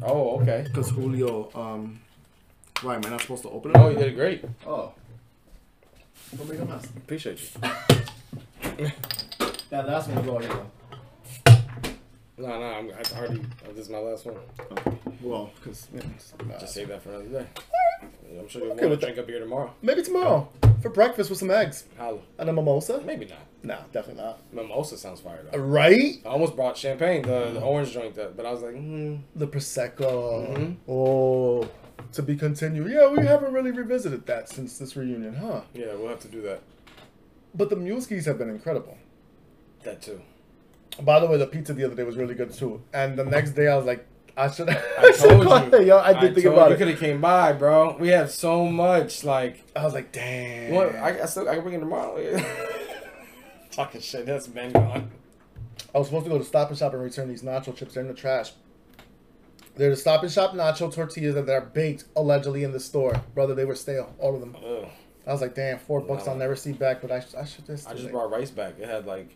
Speaker 2: oh, okay.
Speaker 3: Because Julio, um, why am I not supposed to open it?
Speaker 2: Oh, you did great.
Speaker 3: Oh. Don't make a mess.
Speaker 2: Appreciate you.
Speaker 3: That last one was already done.
Speaker 2: No, no, I'm, I already. This is my last one.
Speaker 3: Well, because.
Speaker 2: Just save that for another day. I'm sure you'll
Speaker 3: Okay,
Speaker 2: want
Speaker 3: with
Speaker 2: to drink a beer tomorrow.
Speaker 3: Maybe tomorrow for breakfast with some eggs
Speaker 2: Holla.
Speaker 3: and a mimosa.
Speaker 2: Maybe not.
Speaker 3: Nah, definitely not.
Speaker 2: Mimosa sounds fire though.
Speaker 3: Right?
Speaker 2: I almost brought champagne, the,
Speaker 3: Mm.
Speaker 2: the orange joint, that, but I was like, mm,
Speaker 3: The prosecco. Oh, to be continued. Yeah, we haven't really revisited that since this reunion, huh?
Speaker 2: yeah, we'll have to do that.
Speaker 3: But the mule skis have been incredible.
Speaker 2: That
Speaker 3: <laughs>
Speaker 2: too.
Speaker 3: By the way, the pizza the other day was really good too. And the next day, I was like, I should. <laughs> I,
Speaker 2: I
Speaker 3: should
Speaker 2: told
Speaker 3: go
Speaker 2: you.
Speaker 3: there, yo. I did think
Speaker 2: told
Speaker 3: about
Speaker 2: you
Speaker 3: it.
Speaker 2: could have came by, bro. We have so much. Like,
Speaker 3: I was like, damn.
Speaker 2: what? I, I still I can bring it tomorrow. <laughs> Talking shit. That's been gone.
Speaker 3: I was supposed to go to Stop and Shop and return these nacho chips. They're in the trash. They're the Stop and Shop nacho tortillas that are baked allegedly in the store, brother. They were stale, all of them.
Speaker 2: Ugh.
Speaker 3: I was like, damn, four bucks.
Speaker 2: Wow.
Speaker 3: I'll never see back. But I, sh- I should just.
Speaker 2: I just
Speaker 3: like,
Speaker 2: brought rice back. It had like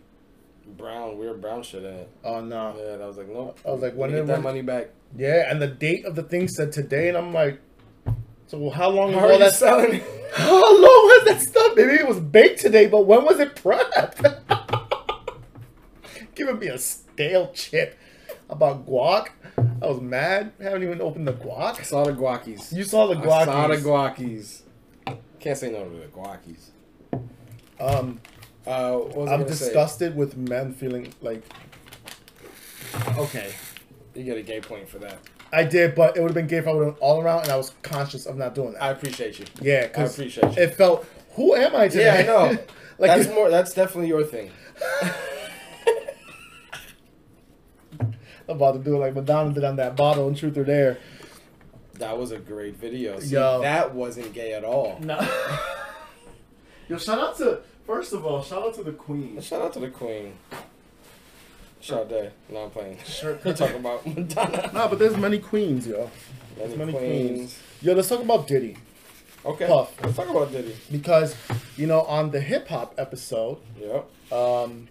Speaker 2: brown, weird brown shit in it.
Speaker 3: Oh no.
Speaker 2: Yeah, and I was like, nope.
Speaker 3: I was like,
Speaker 2: Let
Speaker 3: when
Speaker 2: me get
Speaker 3: it-
Speaker 2: that
Speaker 3: when-
Speaker 2: money back?
Speaker 3: Yeah, and the date of the thing said today, and I'm like, so how long was
Speaker 2: How
Speaker 3: all
Speaker 2: are you
Speaker 3: that
Speaker 2: selling? it?
Speaker 3: <laughs> How long was that stuff? Maybe it was baked today, but when was it prepped? <laughs> Giving me a stale chip about guac. I was mad. I haven't even opened the
Speaker 2: I
Speaker 3: guac.
Speaker 2: saw the guacis.
Speaker 3: You saw the
Speaker 2: I
Speaker 3: guac.
Speaker 2: saw the guacis. Can't say no to the guacis.
Speaker 3: Um,
Speaker 2: Uh, what was I
Speaker 3: I'm
Speaker 2: gonna say?
Speaker 3: disgusted with men feeling like
Speaker 2: Okay, you get a gay point for that.
Speaker 3: I did, but it would have been gay if I would have all around, and I was conscious of not doing that.
Speaker 2: I appreciate you.
Speaker 3: yeah, because
Speaker 2: I appreciate you.
Speaker 3: it felt. Who am I
Speaker 2: Yeah,
Speaker 3: today?
Speaker 2: I know.
Speaker 3: <laughs> like
Speaker 2: that's more. That's definitely your thing.
Speaker 3: I'm about to do it like Madonna did on that bottle in Truth or Dare.
Speaker 2: That was a great video. See,
Speaker 3: Yo.
Speaker 2: that wasn't gay at all.
Speaker 3: No. Yo, shout out to first of all, shout out to the Queen.
Speaker 2: Shout out to the Queen. Sade. No, I'm playing. <laughs>
Speaker 3: Sure.
Speaker 2: We're talking about Madonna.
Speaker 3: Nah, but there's many queens, yo.
Speaker 2: Many,
Speaker 3: many
Speaker 2: queens.
Speaker 3: queens. Yo, let's talk about Diddy
Speaker 2: Okay.
Speaker 3: Puff.
Speaker 2: Let's talk about Diddy.
Speaker 3: because, you know, on the hip hop episode,
Speaker 2: Yep.
Speaker 3: um,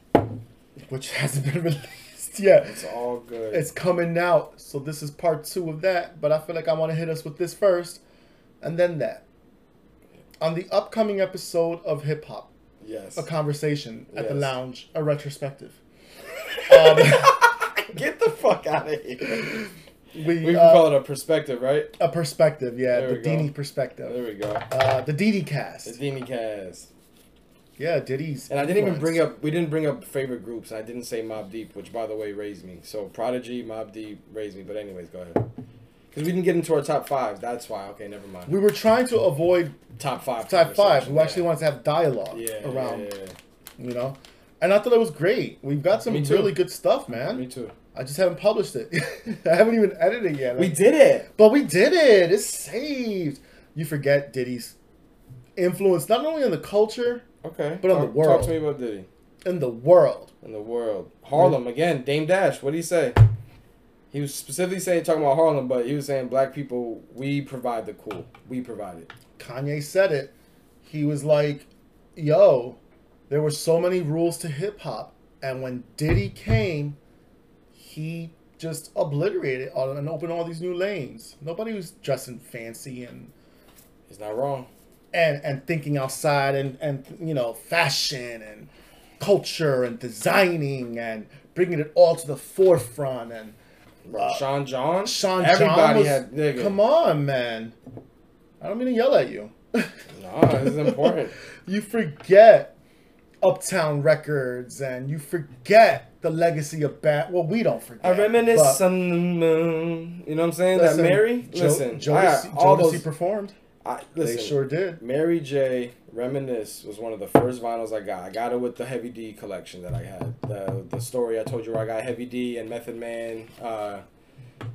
Speaker 3: which <laughs> hasn't been released yet,
Speaker 2: It's all good.
Speaker 3: it's coming out. So this is part two of that. But I feel like I want to hit us with this first, and then that. On the upcoming episode of Hip Hop,
Speaker 2: yes.
Speaker 3: a conversation at the
Speaker 2: Yes.
Speaker 3: lounge, a retrospective.
Speaker 2: <laughs>
Speaker 3: um,
Speaker 2: Get the fuck out of here.
Speaker 3: we
Speaker 2: We can
Speaker 3: uh,
Speaker 2: call it a perspective, right?
Speaker 3: a perspective, yeah,
Speaker 2: There
Speaker 3: the
Speaker 2: we go.
Speaker 3: Dini
Speaker 2: There
Speaker 3: perspective,
Speaker 2: we go.
Speaker 3: uh, the Didi
Speaker 2: The
Speaker 3: cast,
Speaker 2: Dini Cast.
Speaker 3: yeah, Diddy's.
Speaker 2: And I didn't even bring
Speaker 3: influence.
Speaker 2: up. We didn't bring up favorite groups. I didn't say Mob Deep, which by the way raised me. So Prodigy, Mob Deep raised me. But anyways, go ahead. Because we didn't get into our top five. That's why. Okay, never mind.
Speaker 3: We were trying to avoid
Speaker 2: top five.
Speaker 3: type five.
Speaker 2: conversation,
Speaker 3: We actually wanted to have dialogue
Speaker 2: yeah. Yeah,
Speaker 3: around,
Speaker 2: Yeah, yeah,
Speaker 3: you know. And I thought it was great. We've got some
Speaker 2: Me too.
Speaker 3: really good stuff,
Speaker 2: yeah.
Speaker 3: man.
Speaker 2: Me too.
Speaker 3: I just haven't published it. <laughs> I haven't even edited it yet.
Speaker 2: We did it.
Speaker 3: but we did it. It's saved. You forget Diddy's influence not only in the culture
Speaker 2: Okay.
Speaker 3: But on
Speaker 2: talk,
Speaker 3: the world.
Speaker 2: Talk to me about Diddy
Speaker 3: in the world.
Speaker 2: and the world. Harlem again. Dame Dash. What did he say? He was specifically saying talking about Harlem, but he was saying black people. We provide the cool. We provide it.
Speaker 3: Kanye said it. He was like, "Yo, there were so many rules to hip hop, and when Diddy came, he just obliterated all, and opened all these new lanes. Nobody was dressing fancy and
Speaker 2: He's not wrong.
Speaker 3: and and thinking outside and and you know fashion and culture and designing and bringing it all to the forefront and
Speaker 2: Bro,
Speaker 3: Uh,
Speaker 2: Sean John.
Speaker 3: Sean John
Speaker 2: Everybody
Speaker 3: was,
Speaker 2: had. Nigga.
Speaker 3: come on man I don't mean to yell at you <laughs>
Speaker 2: No, this is important.
Speaker 3: you forget Uptown Records and you forget the legacy of Bat well we don't forget
Speaker 2: I reminisce
Speaker 3: but
Speaker 2: on the moon. You know what I'm saying?
Speaker 3: uh, listen,
Speaker 2: that Mary.
Speaker 3: Jo-
Speaker 2: listen, I got
Speaker 3: Jodeci,
Speaker 2: all
Speaker 3: Jodeci
Speaker 2: those.
Speaker 3: performed
Speaker 2: I,
Speaker 3: they
Speaker 2: listen,
Speaker 3: sure did
Speaker 2: Mary J. Reminisce was one of the first vinyls I got. I got it with the Heavy D collection that I had. The the story I told you where I got Heavy D and Method Man. Uh,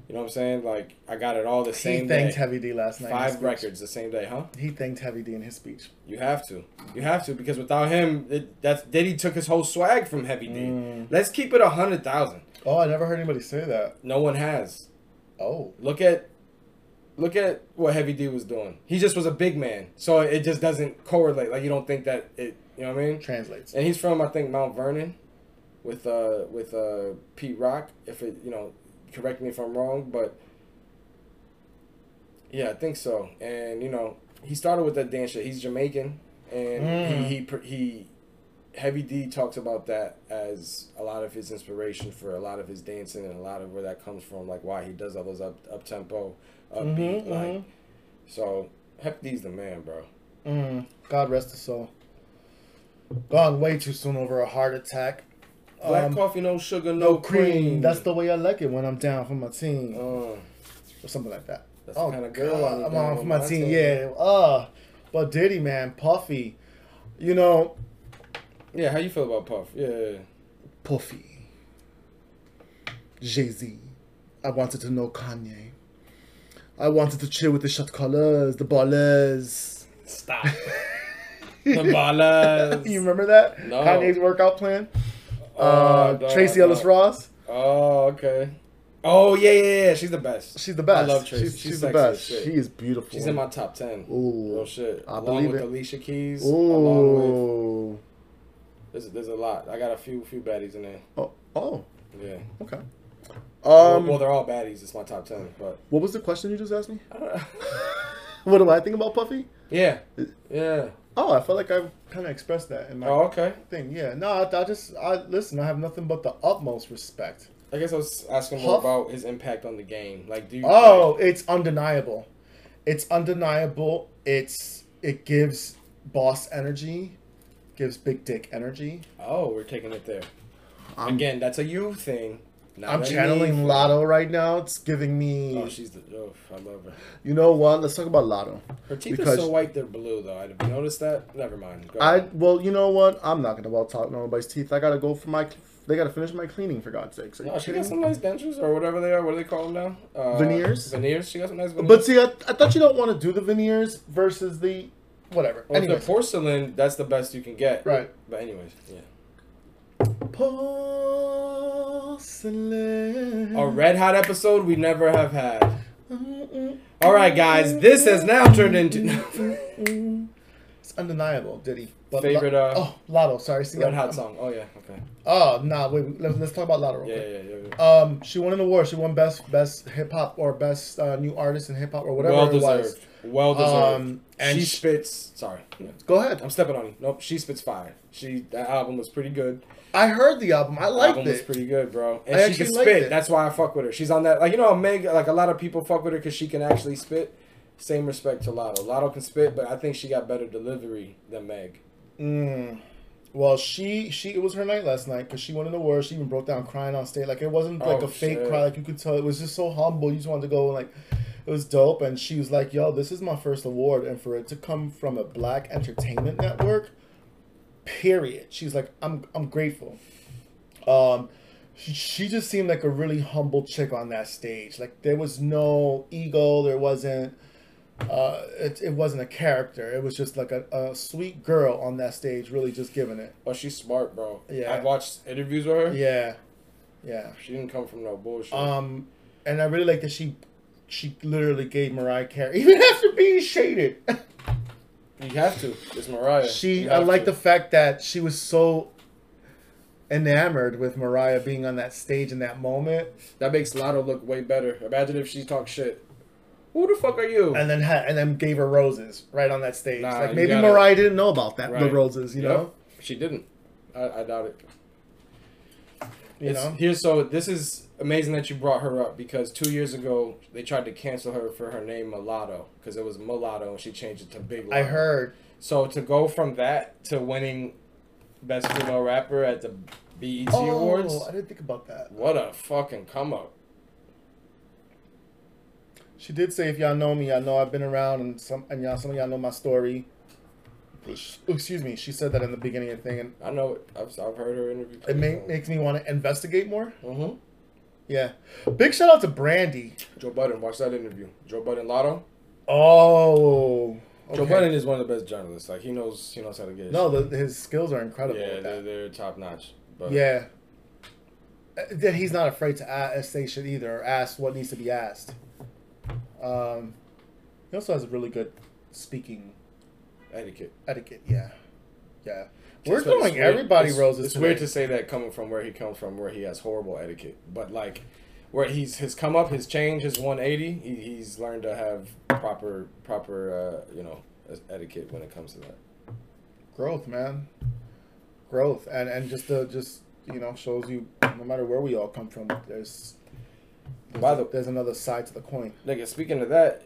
Speaker 2: you know what I'm saying? Like I got it all the
Speaker 3: he
Speaker 2: same day.
Speaker 3: thanked Heavy D last night in his
Speaker 2: Five
Speaker 3: speech.
Speaker 2: records the same day, huh?
Speaker 3: he thanked Heavy D in his speech
Speaker 2: You have to. You have to because without him, it, that's Diddy took his whole swag from Heavy D.
Speaker 3: Mm.
Speaker 2: Let's keep it a hundred thousand.
Speaker 3: oh I never heard anybody say that
Speaker 2: No one has.
Speaker 3: oh
Speaker 2: Look at look at what Heavy D was doing. He just was a big man. So it just doesn't correlate. Like you don't think that it you know what I mean?
Speaker 3: translates.
Speaker 2: And he's from I think Mount Vernon with uh with uh Pete Rock, if it you know, correct me if I'm wrong, but yeah, I think so. And you know, he started with that dance shit. He's Jamaican and
Speaker 3: Mm.
Speaker 2: he, he pr- he Heavy D talks about that as a lot of his inspiration for a lot of his dancing and a lot of where that comes from, like why he does all those up up tempo, upbeat,
Speaker 3: Mhm,
Speaker 2: like
Speaker 3: mhm.
Speaker 2: so. Heavy D's the man, bro.
Speaker 3: Mm, God rest his soul. Gone way too soon over a heart attack.
Speaker 2: Black
Speaker 3: Um,
Speaker 2: coffee, no sugar, no,
Speaker 3: no
Speaker 2: cream.
Speaker 3: cream. That's the way I like it when I'm down for my team
Speaker 2: Uh,
Speaker 3: or something like that. Oh,
Speaker 2: That's the kinda girl I need
Speaker 3: I'm
Speaker 2: down
Speaker 3: on for
Speaker 2: with
Speaker 3: my
Speaker 2: my
Speaker 3: team.
Speaker 2: team.
Speaker 3: Yeah. Uh, but Diddy, man, Puffy, you know,
Speaker 2: yeah, how you feel about Puff? Yeah, yeah, yeah.
Speaker 3: Puffy, Jay Z. I wanted to know Kanye. I wanted to chill with the shot callers, the ballers. <laughs>
Speaker 2: stop. the ballers.
Speaker 3: You remember that?
Speaker 2: No.
Speaker 3: Kanye's workout plan.
Speaker 2: Oh,
Speaker 3: Uh,
Speaker 2: dog,
Speaker 3: Tracy
Speaker 2: dog.
Speaker 3: Ellis Ross.
Speaker 2: Oh, okay. Oh yeah, yeah, yeah. She's the best.
Speaker 3: She's the best.
Speaker 2: I love Tracy.
Speaker 3: She's,
Speaker 2: She's,
Speaker 3: she's the
Speaker 2: sexy as
Speaker 3: best.
Speaker 2: shit.
Speaker 3: She is beautiful.
Speaker 2: She's in my top ten.
Speaker 3: Ooh.
Speaker 2: Real shit.
Speaker 3: I
Speaker 2: along
Speaker 3: believe
Speaker 2: with
Speaker 3: it.
Speaker 2: Alicia Keys. Along with
Speaker 3: Ooh.
Speaker 2: there's, there's a lot. I got a few few baddies in there.
Speaker 3: Oh, oh,
Speaker 2: Yeah.
Speaker 3: okay. Um,
Speaker 2: well, well, they're all baddies. It's my top ten, but
Speaker 3: what was the question you just asked me? <laughs> What do I think about Puffy?
Speaker 2: yeah, yeah.
Speaker 3: Oh, I felt like I kind of expressed that in my
Speaker 2: Oh, okay.
Speaker 3: thing. Yeah. No, I, I just, I listen. I have nothing but the utmost respect.
Speaker 2: I guess I was asking more
Speaker 3: Puff?
Speaker 2: about his impact on the game. Like, do you?
Speaker 3: Oh, it's undeniable. It's undeniable. It's it gives boss energy, gives big dick energy.
Speaker 2: oh, we're taking it there.
Speaker 4: I'm-
Speaker 2: Again, that's a you thing. not
Speaker 3: I'm
Speaker 2: a me
Speaker 3: channeling
Speaker 2: thing.
Speaker 3: Lotto right now. It's giving me.
Speaker 2: Oh, she's the. Oh, I love her.
Speaker 4: You know what? Let's talk about Lotto.
Speaker 2: Her teeth
Speaker 4: Because-
Speaker 2: are so white they're blue though. I've noticed that. Never mind. Go
Speaker 4: I
Speaker 2: ahead.
Speaker 4: well, you know what? I'm not gonna well talk nobody's teeth. I gotta go for my. They gotta finish my cleaning for God's sakes. Are you
Speaker 2: No, Oh, she
Speaker 4: kidding
Speaker 2: got
Speaker 4: me?
Speaker 2: some nice dentures or whatever they are. What do they call them now? Uh,
Speaker 4: Veneers?
Speaker 2: Veneers. She got some nice veneers.
Speaker 3: But see, I, I thought you don't want to do the veneers versus the whatever.
Speaker 2: Well, if
Speaker 3: Anyways.
Speaker 2: they're porcelain, that's the best you can get.
Speaker 3: Right.
Speaker 2: But anyways, yeah.
Speaker 3: Porcelain.
Speaker 2: A red hot episode we never have had. All right, guys, this has now turned into <laughs>
Speaker 3: It's undeniable, Diddy. But
Speaker 2: Favorite, uh,
Speaker 3: oh, Lotto. Sorry, see
Speaker 2: red hot song. Oh yeah, okay.
Speaker 3: Oh nah, wait. Let's, let's talk about Lotto real
Speaker 2: Yeah,
Speaker 3: quick.
Speaker 2: yeah, yeah. yeah.
Speaker 3: Um, she won an award. She won best best hip hop or best uh, new artist in hip hop or whatever
Speaker 2: well
Speaker 3: it
Speaker 2: deserved.
Speaker 3: was.
Speaker 2: Well deserved.
Speaker 3: Um, and
Speaker 2: she
Speaker 3: sh-
Speaker 2: spits. Sorry, Yeah.
Speaker 3: Go ahead.
Speaker 2: I'm stepping on you. Nope, she spits fire. She that album was pretty good.
Speaker 3: I heard the album. I liked
Speaker 2: album was
Speaker 3: it.
Speaker 2: pretty good, bro.
Speaker 3: I
Speaker 2: And she
Speaker 3: actually
Speaker 2: can
Speaker 3: liked
Speaker 2: spit.
Speaker 3: it.
Speaker 2: That's why I fuck with her. She's on that. Like you know, Meg. Like a lot of people fuck with her because she can actually spit. Same respect to Lotto. Lotto can spit, but I think she got better delivery than Meg.
Speaker 3: Mm. Well, she she it was her night last night because she won an award. She even broke down crying on stage. Like it wasn't like
Speaker 2: Oh,
Speaker 3: a fake
Speaker 2: shit.
Speaker 3: cry. Like you could tell it was just so humble. You just wanted to go and like it was dope. And she was like, "Yo, this is my first award, and for it to come from a black entertainment network, period." She's like, "I'm I'm grateful." Um, she, she just seemed like a really humble chick on that stage. Like there was no ego. There wasn't uh, it, it wasn't a character. It was just like a, a sweet girl on that stage, really just giving it.
Speaker 2: But she's smart, bro.
Speaker 3: Yeah.
Speaker 2: I watched interviews with her.
Speaker 3: Yeah, yeah.
Speaker 2: She didn't come from no bullshit.
Speaker 3: Um, and I really like that she, she literally gave Mariah Carey <laughs> even after being shaded. <laughs>
Speaker 2: you have to. It's Mariah.
Speaker 3: she,
Speaker 2: You
Speaker 3: I
Speaker 2: have
Speaker 3: like
Speaker 2: to.
Speaker 3: the fact that she was so enamored with Mariah being on that stage in that moment,
Speaker 2: that makes Lotto look way better. Imagine if she talks shit. Who the fuck are you?
Speaker 3: and then ha- and then gave her roses right on that stage.
Speaker 2: Nah,
Speaker 3: like
Speaker 2: you
Speaker 3: maybe
Speaker 2: gotta-
Speaker 3: Mariah didn't know about that the
Speaker 2: Right.
Speaker 3: roses, you
Speaker 2: Yep.
Speaker 3: know,
Speaker 2: she didn't. I, I doubt it.
Speaker 3: you
Speaker 2: It's-
Speaker 3: know.
Speaker 2: Here's so this is amazing that you brought her up because two years ago they tried to cancel her for her name Mulatto because it was Mulatto and she changed it to Big. Lotto.
Speaker 3: I heard
Speaker 2: So to go from that to winning Best Female Rapper at the BET Awards,
Speaker 3: Oh, I didn't think about that.
Speaker 2: what a fucking come up.
Speaker 3: She did say, "If y'all know me, y'all know I've been around, and some and y'all some of y'all know my story." Excuse me. She said that in the beginning of the thing, and
Speaker 2: I know it. I've, I've heard her interview.
Speaker 3: it ma- makes me want to investigate more.
Speaker 2: Mm-hmm.
Speaker 3: Yeah. Big shout out to Brandy.
Speaker 2: Joe Budden, watch that interview. Joe Budden Lotto.
Speaker 3: Oh.
Speaker 2: Joe
Speaker 3: okay.
Speaker 2: Budden is one of the best journalists. Like he knows, he knows how to get.
Speaker 3: No, the, his skills are incredible.
Speaker 2: yeah,
Speaker 3: with
Speaker 2: they're,
Speaker 3: that.
Speaker 2: they're top notch. But
Speaker 3: yeah. Uh, That he's not afraid to ask, say shit either, or ask what needs to be asked. Um, he also has a really good speaking
Speaker 2: etiquette.
Speaker 3: etiquette. Yeah, yeah. We're
Speaker 2: It's like-
Speaker 3: throwing
Speaker 2: it's weird-
Speaker 3: everybody
Speaker 2: it's-
Speaker 3: roses.
Speaker 2: It's weird
Speaker 3: today.
Speaker 2: to say that coming from where he comes from, where he has horrible etiquette. But like, where he's his come up, his change, his one eighty. He, he's learned to have proper proper uh, you know etiquette when it comes to that.
Speaker 3: growth, man. Growth and and just uh, just you know shows you no matter where we all come from, there's there's,
Speaker 2: By the-
Speaker 3: there's another side to the coin.
Speaker 2: Nigga, speaking of that,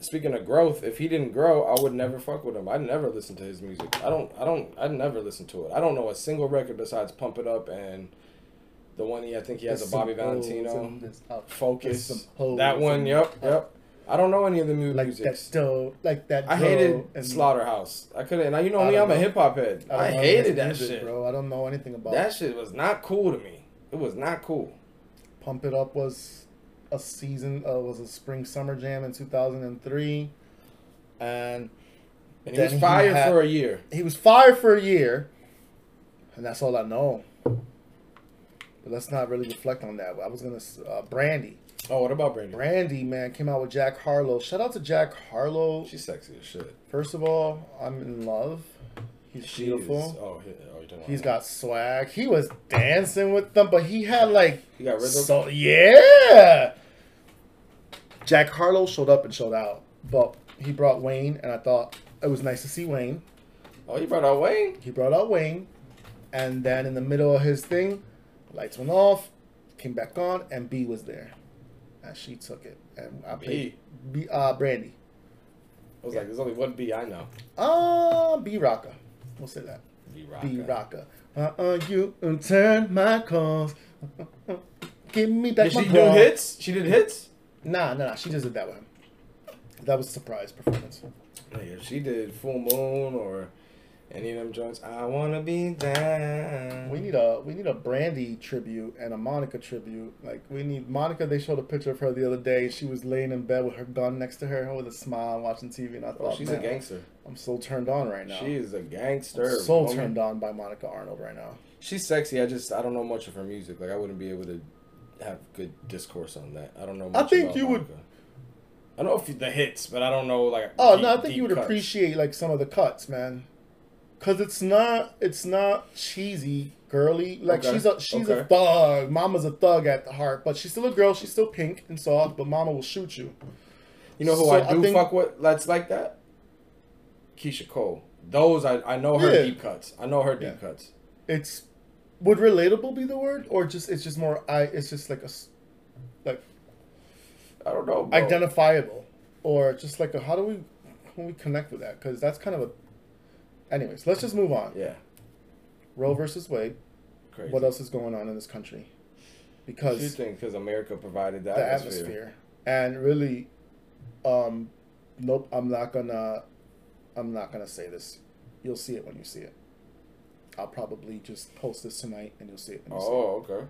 Speaker 2: speaking of growth, if he didn't grow, I would never fuck with him. I never listen to his music. I don't. I don't. I never listen to it. I don't know a single record besides Pump It Up and the one he I think he has a Bobby Valentino Focus. That one. Yep. Yep. I don't know any of the new
Speaker 3: Like
Speaker 2: music.
Speaker 3: that still like that.
Speaker 2: I
Speaker 3: drill
Speaker 2: hated
Speaker 3: and-
Speaker 2: Slaughterhouse. I couldn't. Now you know
Speaker 3: I
Speaker 2: me. I'm
Speaker 3: don't
Speaker 2: a
Speaker 3: know.
Speaker 2: hip hop head.
Speaker 3: don't
Speaker 2: I,
Speaker 3: know his
Speaker 2: hated that
Speaker 3: music,
Speaker 2: shit.
Speaker 3: bro. I don't know anything about
Speaker 2: That shit was not cool to me. It was not cool.
Speaker 3: Pump It Up was a season uh, was a spring summer jam in 2003 and
Speaker 2: And he was
Speaker 3: Then he
Speaker 2: fired
Speaker 3: had-
Speaker 2: for a year.
Speaker 3: he was fired for a year and that's all I know but let's not really reflect on that I was gonna s- uh, Brandy
Speaker 2: Oh, what about Brandy?
Speaker 3: Brandy man came out with Jack Harlow shout out to Jack Harlow
Speaker 2: She's sexy as shit.
Speaker 3: first of all I'm in love he's
Speaker 2: She
Speaker 3: beautiful
Speaker 2: Is, oh, he, oh, you don't
Speaker 3: He's
Speaker 2: want-
Speaker 3: got swag. He was dancing with them, but he had like
Speaker 2: He got rhythm?
Speaker 3: So yeah. Jack Harlow showed up and showed out, but he brought Wayne, and I thought it was nice to see Wayne.
Speaker 2: Oh, you brought out Wayne.
Speaker 3: He brought out Wayne, and then in the middle of his thing, lights went off, came back on, and B was there, and she took it, and I played B, uh, Brandy,
Speaker 2: I was like, there's only one B I know.
Speaker 3: uh, B Rocka, we'll say that.
Speaker 2: B Rock.
Speaker 3: B Rocker. Uh-uh, you turn my calls. <laughs> Give me back
Speaker 2: Did
Speaker 3: my
Speaker 2: she do
Speaker 3: calls.
Speaker 2: hits? She did hits.
Speaker 3: Nah, nah, nah. She just did that with him. That was a surprise performance.
Speaker 2: Nigga, she did Full Moon or Any of them joints? I wanna be there.
Speaker 3: We need a we need a Brandy tribute and a Monica tribute. Like we need Monica. They showed a picture of her the other day. She was laying in bed with her gun next to her with a smile, watching TV. And I
Speaker 2: Oh,
Speaker 3: thought,
Speaker 2: she's a
Speaker 3: "Man,
Speaker 2: gangster.
Speaker 3: I'm so turned on right now.
Speaker 2: She is a gangster.
Speaker 3: so
Speaker 2: woman.
Speaker 3: turned on by Monica Arnold right now.
Speaker 2: She's sexy. I just I don't know much of her music. Like I wouldn't be able to have good discourse on that. I don't know. Much
Speaker 3: think
Speaker 2: about
Speaker 3: you would-
Speaker 2: Monica. I know a few the hits, but I don't know like.
Speaker 3: Oh
Speaker 2: deep-
Speaker 3: no, I think you
Speaker 2: deep
Speaker 3: would
Speaker 2: cuts.
Speaker 3: appreciate like some of the cuts, man. Cause it's not it's not cheesy, girly. Like
Speaker 2: Okay,
Speaker 3: she's a she's a
Speaker 2: okay.
Speaker 3: thug. Mama's a thug at the heart, but she's still a girl. She's still pink and soft, but Mama will shoot you.
Speaker 2: You know who
Speaker 3: So,
Speaker 2: I
Speaker 3: I
Speaker 2: do
Speaker 3: think-
Speaker 2: fuck with that's like that? Keisha Cole. Those I, I know her
Speaker 3: Yeah.
Speaker 2: deep cuts. I know her deep
Speaker 3: Yeah.
Speaker 2: cuts.
Speaker 3: It's would relatable be the word, or just it's just more I it's just like a s- like
Speaker 2: I don't know. bro.
Speaker 3: identifiable, or just like a, how do we how do we connect with that? Because that's kind of a. Anyways, let's just move on.
Speaker 2: Yeah.
Speaker 3: Roe versus Wade.
Speaker 2: Crazy.
Speaker 3: What else is going on in this country?
Speaker 2: A few
Speaker 3: Because
Speaker 2: things because America provided the,
Speaker 3: the
Speaker 2: atmosphere.
Speaker 3: atmosphere. and really um nope i'm not gonna i'm not gonna say this you'll see it when you see it i'll probably just post this tonight and you'll see it when you see
Speaker 2: Oh, okay.
Speaker 3: it.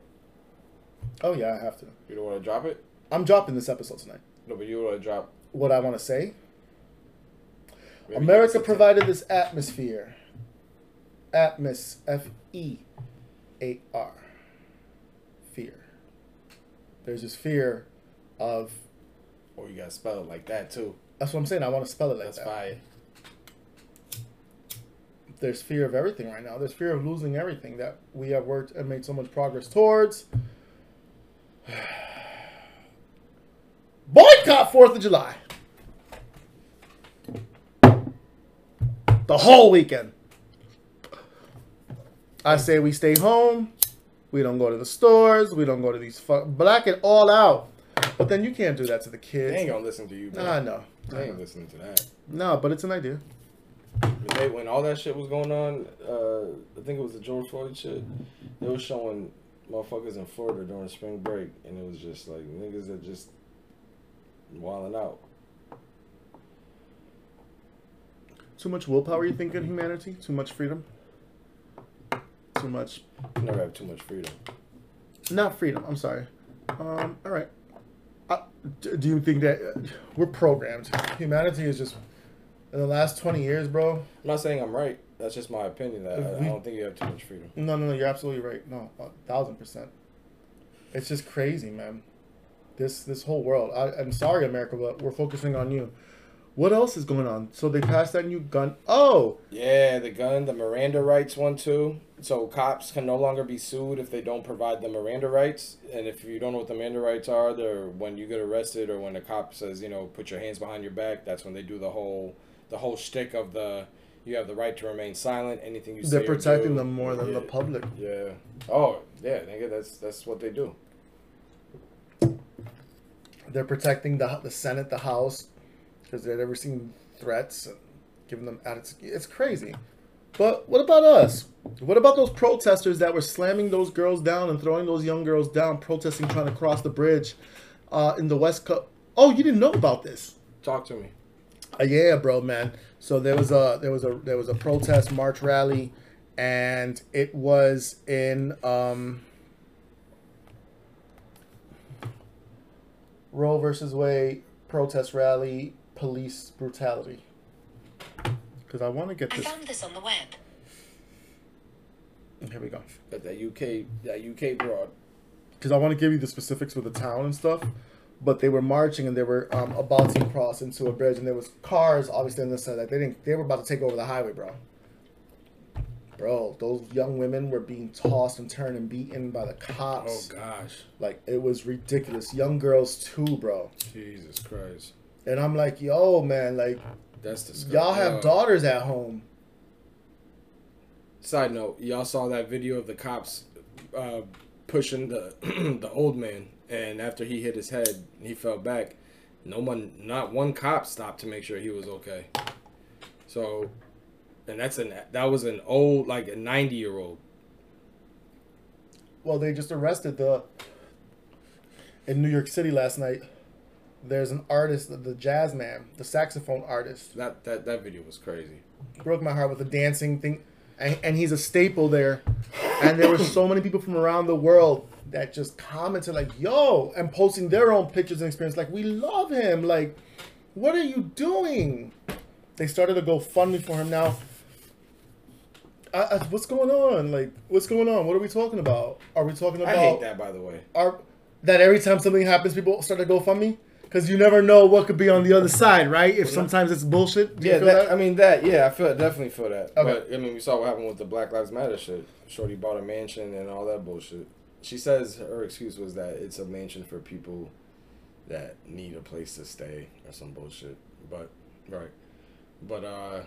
Speaker 3: oh yeah i have to
Speaker 2: You don't want to drop it?
Speaker 3: i'm dropping this episode tonight
Speaker 2: No, but you want to drop.
Speaker 3: what i want to say
Speaker 2: maybe it's
Speaker 3: america
Speaker 2: a ten.
Speaker 3: provided this atmosphere atmos f-e-a-r fear there's this fear of
Speaker 2: Oh, you got to spell it like that too.
Speaker 3: that's what i'm saying i want to spell it like
Speaker 2: That's
Speaker 3: that
Speaker 2: fire.
Speaker 3: there's fear of everything right now. There's fear of losing everything that we have worked and made so much progress towards. <sighs> Boycott Fourth of July. The whole weekend. I say we stay home. We don't go to the stores. We don't go to these fuck. Black it all out. But then you can't do that to the
Speaker 2: They ain't
Speaker 3: kids.
Speaker 2: gonna listen to you, bro.
Speaker 3: Nah, no.
Speaker 2: They ain't listening to that.
Speaker 3: No, but it's an idea.
Speaker 2: But they- when all that shit was going on, uh, I think it was the George Floyd shit. They were showing motherfuckers in Florida during spring break, and it was just like niggas that just wilding out.
Speaker 3: Too much willpower, you think, in humanity? Too much freedom? Too much.
Speaker 2: You never have too much freedom.
Speaker 3: Not freedom, I'm sorry. Um, all right. I, d- do you think that uh, we're programmed? Humanity is just. In the last 20 years, bro.
Speaker 2: I'm not saying I'm right. That's just my opinion. That I, I don't think you have too much freedom.
Speaker 3: No, no, no, you're absolutely right. No, a thousand percent. It's just crazy, man. This this whole world. I, I'm sorry, America, but we're focusing on you. What else is going on? So they passed that new gun. Oh,
Speaker 2: Yeah, the gun, the Miranda rights one too. So cops can no longer be sued if they don't provide the Miranda rights. And if you don't know what the Miranda rights are, they're when you get arrested or when the cop says, you know, put your hands behind your back. That's when they do the whole, the whole shtick of the, you have the right to remain silent. Anything you say.
Speaker 3: they're
Speaker 2: or
Speaker 3: protecting
Speaker 2: do-
Speaker 3: them more than the
Speaker 2: Yeah.
Speaker 3: public.
Speaker 2: Yeah. Oh yeah, nigga. That's that's what they do.
Speaker 3: they're protecting the the Senate, the House, because they've ever seen threats and giving them attitude. It's crazy. But what about us? What about those protesters that were slamming those girls down and throwing those young girls down, protesting trying to cross the bridge uh, in the West Coast? Oh, you didn't know about this?
Speaker 2: Talk to me.
Speaker 3: Uh, yeah, bro, man. So there was a there was a there was a protest march rally, and it was in um, Roe versus Wade protest rally, police brutality. Because I want to get
Speaker 5: I
Speaker 3: this.
Speaker 5: found this on the web.
Speaker 3: Here we go.
Speaker 2: But that UK, that UK broad.
Speaker 3: because I want to give you the specifics with the town and stuff. But they were marching and they were um, about to cross into a bridge, and there was cars obviously on the side. Like they didn't, they were about to take over the highway, bro. Bro, those young women were being tossed and turned and beaten by the
Speaker 2: Oh
Speaker 3: cops.
Speaker 2: gosh,
Speaker 3: like it was ridiculous. Young girls too, bro.
Speaker 2: Jesus Christ.
Speaker 3: And I'm like, yo, man, like
Speaker 2: That's disgusting.
Speaker 3: y'all have daughters at home.
Speaker 2: Side note, y'all saw that video of the cops uh, pushing the <clears throat> the old man, and after he hit his head, he fell back. No one, not one cop stopped to make sure he was okay. So, and that's an that was an old like a ninety year old.
Speaker 3: Well, they just arrested the in New York City last night. there's an artist, the, the jazz man, the saxophone artist,
Speaker 2: That that that video was crazy.
Speaker 3: broke my heart with the dancing thing, and, and he's a staple there. And there were so many people from around the world that just commented like, "Yo," and posting their own pictures and experience. Like, we love him. Like, what are you doing? They started a GoFundMe for him now. I, I, what's going on? Like, what's going on? What are we talking about? Are we talking
Speaker 2: I
Speaker 3: about?
Speaker 2: hate that, by the way.
Speaker 3: are that every time something happens, people start to go GoFundMe because you never know what could be on the other side, right? If sometimes it's bullshit. Do you
Speaker 2: Yeah,
Speaker 3: feel
Speaker 2: that, I mean that. Yeah, I feel definitely feel that.
Speaker 3: Okay.
Speaker 2: But I mean, we saw what happened with the Black Lives Matter shit. Shorty bought a mansion and all that bullshit. She says her excuse was that it's a mansion for people that need a place to stay or some bullshit. But right, but uh,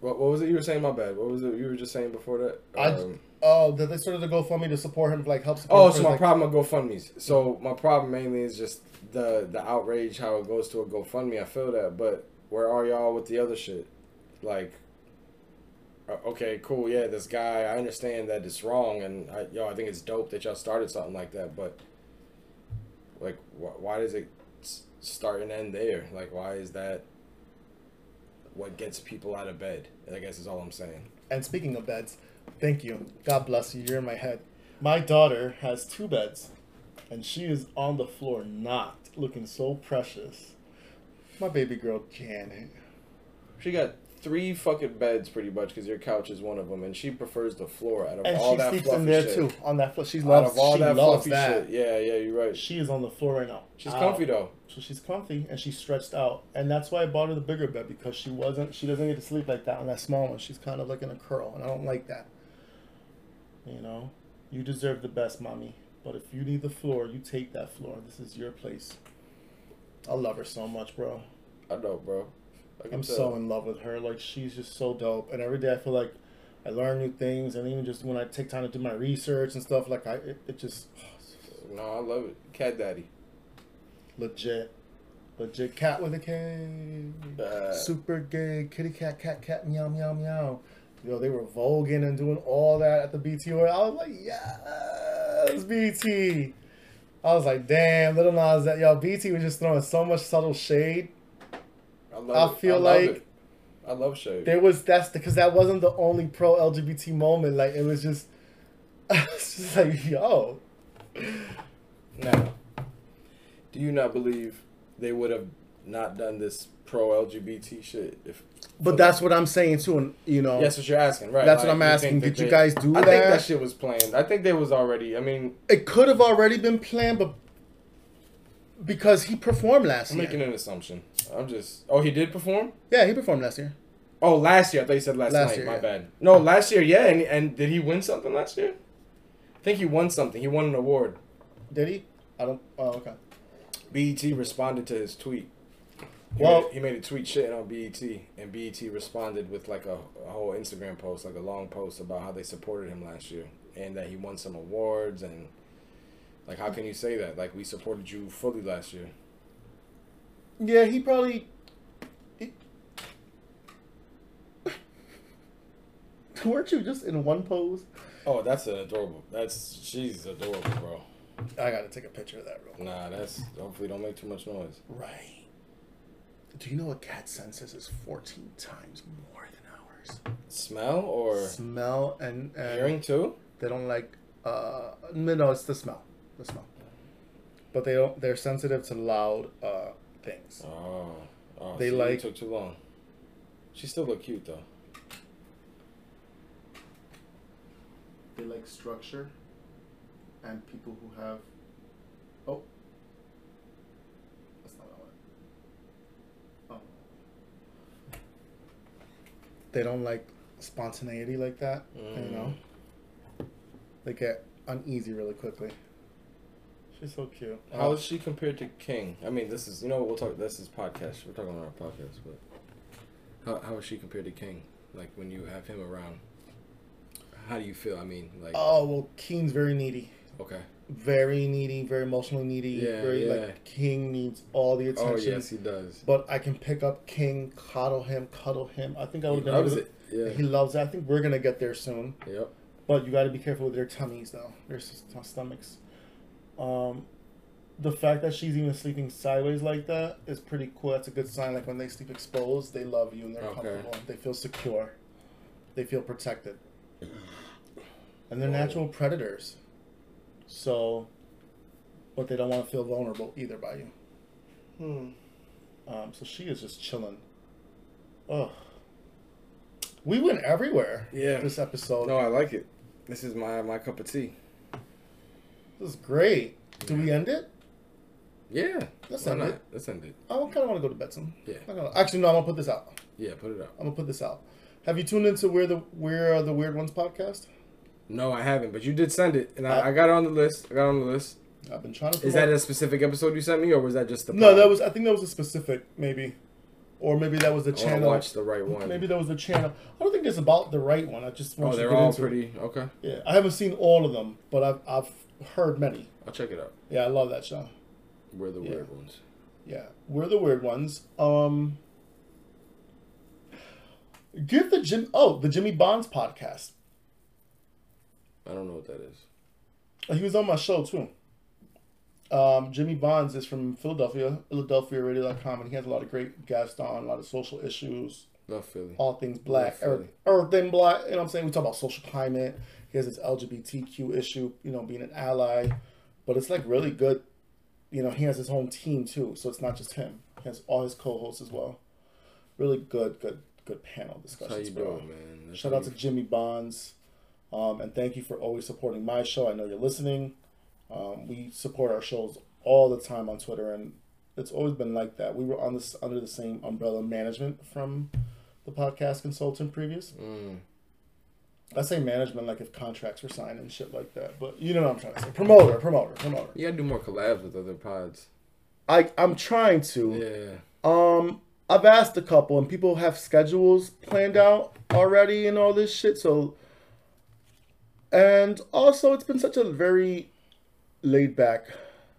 Speaker 2: what what was it you were saying? My bad. What was it you were just saying before that?
Speaker 3: I-
Speaker 2: Um,
Speaker 3: oh, that they started to go GoFundMe to support him, like help support.
Speaker 2: Oh,
Speaker 3: him
Speaker 2: so
Speaker 3: for
Speaker 2: my
Speaker 3: his, like-
Speaker 2: problem with GoFundMe's. So my problem mainly is just the the outrage how it goes to a GoFundMe. I feel that, but where are y'all with the other shit? Like, uh, okay, cool, yeah, this guy. I understand that it's wrong, and I, yo, I think it's dope that y'all started something like that. But like, wh- why does it s- start and end there? Like, why is that? What gets people out of bed? I guess is all I'm saying.
Speaker 3: And speaking of beds, thank you. God bless you. You're in my head. My daughter has two beds, and she is on the floor, knocked, looking so precious. My baby girl Janet.
Speaker 2: She got three fucking beds pretty much because your couch is one of them, and she prefers the floor out of
Speaker 3: And
Speaker 2: all
Speaker 3: she
Speaker 2: that
Speaker 3: sleeps
Speaker 2: fluffy
Speaker 3: in there
Speaker 2: shit.
Speaker 3: too, on that floor. She
Speaker 2: Out
Speaker 3: loves,
Speaker 2: of all
Speaker 3: she
Speaker 2: that
Speaker 3: loves
Speaker 2: fluffy
Speaker 3: that.
Speaker 2: shit, yeah, yeah, you're right.
Speaker 3: She is on the floor right now.
Speaker 2: She's
Speaker 3: Ow.
Speaker 2: comfy though.
Speaker 3: So she's comfy and she's stretched out, and that's why I bought her the bigger bed because she wasn't. She doesn't get to sleep like that on that small one. She's kind of like in a curl, and I don't like that. You know, you deserve the best, mommy. But if you need the floor, you take that floor. This is your place. I love her so much, bro.
Speaker 2: I know, bro. I can
Speaker 3: I'm
Speaker 2: tell.
Speaker 3: so in love with her. Like she's just so dope, and every day I feel like I learn new things, and even just when I take time to do my research and stuff, like I it, it just oh,
Speaker 2: No, I love it. Cat daddy.
Speaker 3: legit, legit cat with a K.
Speaker 2: Uh,
Speaker 3: Super gay kitty cat cat cat meow meow meow. Yo, they were voguing and doing all that at the BT. Award. I was like, yes, BT. I was like, damn, little Nas that yo BT was just throwing so much subtle shade.
Speaker 2: I love.
Speaker 3: I feel
Speaker 2: it. I
Speaker 3: like-
Speaker 2: love it. I love shade.
Speaker 3: There was that's because that wasn't the only pro LGBT moment. Like it was just, <laughs> it's just like yo,
Speaker 2: Now, do you not believe they would have not done this pro LGBT shit if?
Speaker 4: But that's what I'm saying too, and you know,
Speaker 2: That's what you're asking, right?
Speaker 4: That's what I'm
Speaker 2: you think
Speaker 4: asking.
Speaker 2: that
Speaker 4: Did you
Speaker 2: they-
Speaker 4: guys do
Speaker 2: I think
Speaker 4: that?
Speaker 2: that shit was planned. I think they was already. I mean,
Speaker 4: it could have already been.
Speaker 3: been planned, but because he performed last
Speaker 2: I'm
Speaker 3: year.
Speaker 2: making an assumption. I'm just. Oh, he did perform.
Speaker 3: yeah, he performed last year.
Speaker 2: Oh, last year. I thought you said last,
Speaker 3: Last
Speaker 2: night.
Speaker 3: year,
Speaker 2: My
Speaker 3: yeah.
Speaker 2: bad. No, last year. Yeah, and and did he win something last year? I think he won something. He won an award.
Speaker 3: Did he? I don't. Oh, okay.
Speaker 2: BET responded to his tweet. He
Speaker 3: Well-
Speaker 2: made, he made a tweet shitting on BET, and BET responded with like a, a whole Instagram post, like a long post about how they supported him last year and that he won some awards and like how can you say that? Like we supported you fully last year.
Speaker 3: Yeah, he probably. he- <laughs> Weren't you just in one pose?
Speaker 2: Oh, that's an adorable. That's she's adorable, bro.
Speaker 3: I gotta take a picture of that real quick.
Speaker 2: Nah, that's hopefully don't make too much noise.
Speaker 3: Right. Do you know a cat's senses is 14 times more than
Speaker 2: Smell or
Speaker 3: ours? Smell and, and
Speaker 2: hearing too?
Speaker 3: They don't like. Uh, no, no, it's the smell. The smell. But they don't. They're sensitive to loud uh, things.
Speaker 2: Oh, oh
Speaker 3: They
Speaker 2: see, it
Speaker 3: like-
Speaker 2: took too long. She still look cute though.
Speaker 3: They like structure, and people who have. Oh, that's not what I want. Oh. They don't like spontaneity like that.
Speaker 2: Mm.
Speaker 3: You know, they get uneasy really quickly. She's so cute.
Speaker 2: How is she compared to King? I mean, this is you know we'll talk. This is podcast. We're talking on our podcast, but how how is she compared to King? Like when you have him around, how do you feel? I mean, like
Speaker 3: Oh well, Keen's very needy.
Speaker 2: okay.
Speaker 3: very needy, very emotionally needy.
Speaker 2: Yeah,
Speaker 3: very
Speaker 2: yeah.
Speaker 3: like King needs all the attention.
Speaker 2: Oh yes, he does.
Speaker 3: But I can pick up King, coddle him, cuddle him. I think I would
Speaker 2: He loves
Speaker 3: never-
Speaker 2: it. Yeah.
Speaker 3: He loves it. I think we're gonna get there soon.
Speaker 2: Yep.
Speaker 3: But you got to be careful with their tummies though. Their s- stomachs. Um, the fact that she's even sleeping sideways like that is pretty cool. That's a good sign. Like when they sleep exposed, they love you and they're
Speaker 2: Okay.
Speaker 3: comfortable. They feel secure. They
Speaker 2: <clears throat>
Speaker 3: feel protected. And they're natural predators. So, but they don't want to feel vulnerable either by you.
Speaker 2: Hmm.
Speaker 3: Um, so she is just chilling. Oh, we went everywhere.
Speaker 2: Yeah.
Speaker 3: This episode.
Speaker 2: No, I like it. This is my my cup of tea.
Speaker 3: This is great. Do we end it?
Speaker 2: Yeah.
Speaker 3: Let's
Speaker 2: Why
Speaker 3: end
Speaker 2: not?
Speaker 3: it.
Speaker 2: Let's end it.
Speaker 3: I kind of want to go to bed soon.
Speaker 2: Yeah.
Speaker 3: I'm not gonna- actually, no. I'm gonna put this out.
Speaker 2: Yeah, put it out.
Speaker 3: I'm gonna put this out. Have you tuned into where the where uh, the weird ones podcast?
Speaker 2: No, I haven't, but you did send it, and I,
Speaker 3: Uh,
Speaker 2: I got it on the list. I got it on the list.
Speaker 3: I've been trying to.
Speaker 2: Is that
Speaker 3: promote-
Speaker 2: a specific episode you sent me, or was that just the?
Speaker 3: no?
Speaker 2: pod?
Speaker 3: That was I think that was a specific maybe, or maybe that was
Speaker 2: I
Speaker 3: the
Speaker 2: want to
Speaker 3: channel.
Speaker 2: watch the right one.
Speaker 3: Maybe that was the channel. I don't think it's about the right one. I just want
Speaker 2: Oh,
Speaker 3: you to
Speaker 2: they're
Speaker 3: get
Speaker 2: all
Speaker 3: into it.
Speaker 2: pretty. Okay,
Speaker 3: Yeah, I haven't seen all of them, but I've I've heard many.
Speaker 2: I'll check it out.
Speaker 3: Yeah, I love that show.
Speaker 2: We're the
Speaker 3: Yeah.
Speaker 2: weird ones.
Speaker 3: Yeah, we're the weird ones. Um, give the Jim. Oh, the Jimmy Bonds podcast.
Speaker 2: I don't know what that is.
Speaker 3: He was on my show too. Um, Jimmy Bonds is from Philadelphia, Philadelphia Radio.com, and he has a lot of great guests on, a lot of social issues,
Speaker 2: Love Philly.
Speaker 3: all things black,
Speaker 2: Love
Speaker 3: everything, everything black. You know what I'm saying? We talk about social climate. He has this LGBTQ issue, you know, being an ally, but it's like really good. You know, he has his own team too, so it's not just him. He has all his co-hosts as well. Really good, good, good panel
Speaker 2: That's how
Speaker 3: discussions.
Speaker 2: you
Speaker 3: bro.
Speaker 2: doing, man? That's
Speaker 3: Shout
Speaker 2: how
Speaker 3: out to
Speaker 2: you-
Speaker 3: Jimmy Bonds, um, and thank you for always supporting my show. I know you're listening. Um, we support our shows all the time on Twitter, and it's always been like that. We were on this under the same umbrella management from the podcast consultant previous.
Speaker 2: Mm.
Speaker 3: I say management like if contracts were signed and shit like that, but you know what I'm trying to say. Promoter, promoter, promoter.
Speaker 2: You gotta do more collabs with other pods.
Speaker 3: I I'm trying to.
Speaker 2: Yeah.
Speaker 3: Um, I've asked a couple, and people have schedules planned out already and all this shit. So, and also, it's been such a very laid back.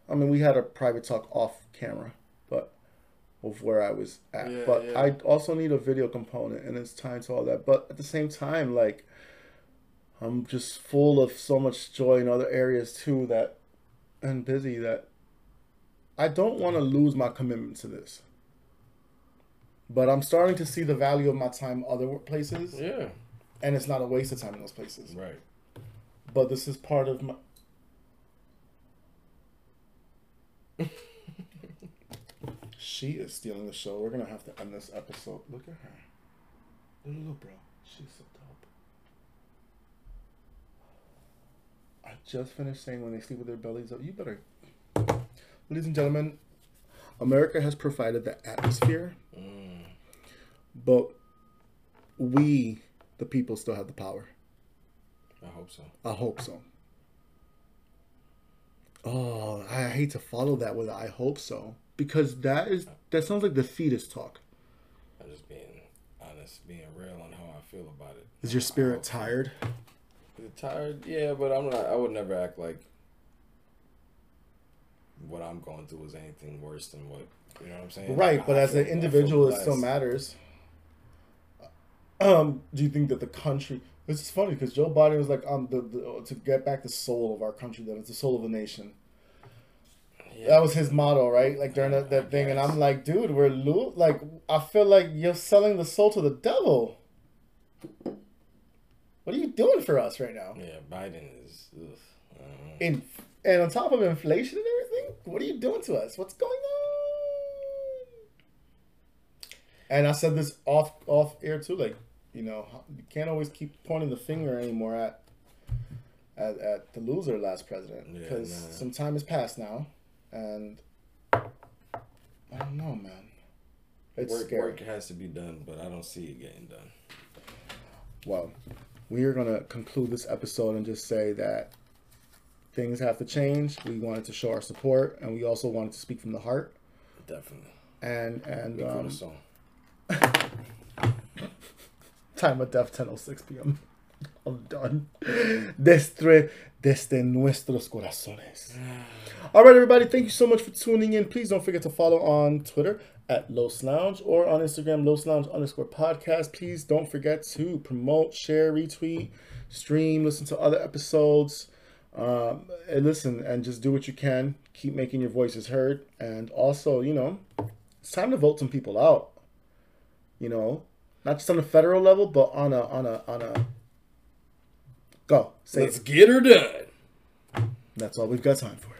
Speaker 3: I mean, we had a private talk off camera, but of where I was at.
Speaker 2: Yeah,
Speaker 3: but
Speaker 2: yeah.
Speaker 3: I also need a video component, and it's time to all that. But at the same time, like, I'm just full of so much joy in other areas too that, and busy that. I don't want to lose my commitment to this but I'm starting to see the value of my time other places,
Speaker 2: Yeah.
Speaker 3: and it's not a waste of time in those places.
Speaker 2: Right.
Speaker 3: But this is part of my. she is stealing the show. We're gonna have to end this episode. Look at her, little, little bro. She's so dope. I just finished saying when they sleep with their bellies up, you better. Ladies and gentlemen, America has provided the atmosphere, but we, the people, still have the power.
Speaker 2: I hope so.
Speaker 3: I hope so. Oh, I hate to follow that with I hope so because that is that sounds like the fetus talk.
Speaker 2: I'm just being honest, being real on how I feel about it.
Speaker 3: Is your spirit tired?
Speaker 2: Is it tired? Yeah, but I'm not. I would never act like what I'm going through is anything worse than what you know what I'm saying.
Speaker 3: Right,
Speaker 2: Like,
Speaker 3: but
Speaker 2: I
Speaker 3: as an
Speaker 2: feel- I feel
Speaker 3: individual, it still
Speaker 2: blessed.
Speaker 3: matters. Um, do you think that the country? This is funny because Joe Biden was like, um, the, the to get back the soul of our country, that it's the soul of the nation.
Speaker 2: Yeah.
Speaker 3: That was his motto, right? Like during that, that thing, and I'm like, dude, we're lo- like, I feel like you're selling the soul to the devil. What are you doing for us right now?
Speaker 2: Yeah, Biden is. Ugh, I don't know.
Speaker 3: In and on top of inflation and everything, what are you doing to us? What's going on? And I said this off off air too, like, you know, you can't always keep pointing the finger anymore at at, at the loser last president
Speaker 2: Yeah,
Speaker 3: because
Speaker 2: nah.
Speaker 3: some time has passed now, and I don't know, man. It's
Speaker 2: work,
Speaker 3: scary.
Speaker 2: work has to be done, but I don't see it getting done.
Speaker 3: Well, we are going to conclude this episode and just say that things have to change. We wanted to show our support, and we also wanted to speak from the heart.
Speaker 2: Definitely.
Speaker 3: And and
Speaker 2: For
Speaker 3: um,
Speaker 2: the song.
Speaker 3: time of death, 10.06 p.m. <laughs> I'm done. Desde, desde nuestros corazones. All right, everybody. Thank you so much for tuning in. Please don't forget to follow on Twitter at Los Lounge or on Instagram, Los Lounge underscore podcast. Please don't forget to promote, share, retweet, stream, listen to other episodes. Um, and listen and just do what you can. Keep making your voices heard. And also, you know, it's time to vote some people out. You know, not just on a federal level, but on a on a on a. Go say
Speaker 2: Let's
Speaker 3: it.
Speaker 2: get her done.
Speaker 3: that's all we've got time for.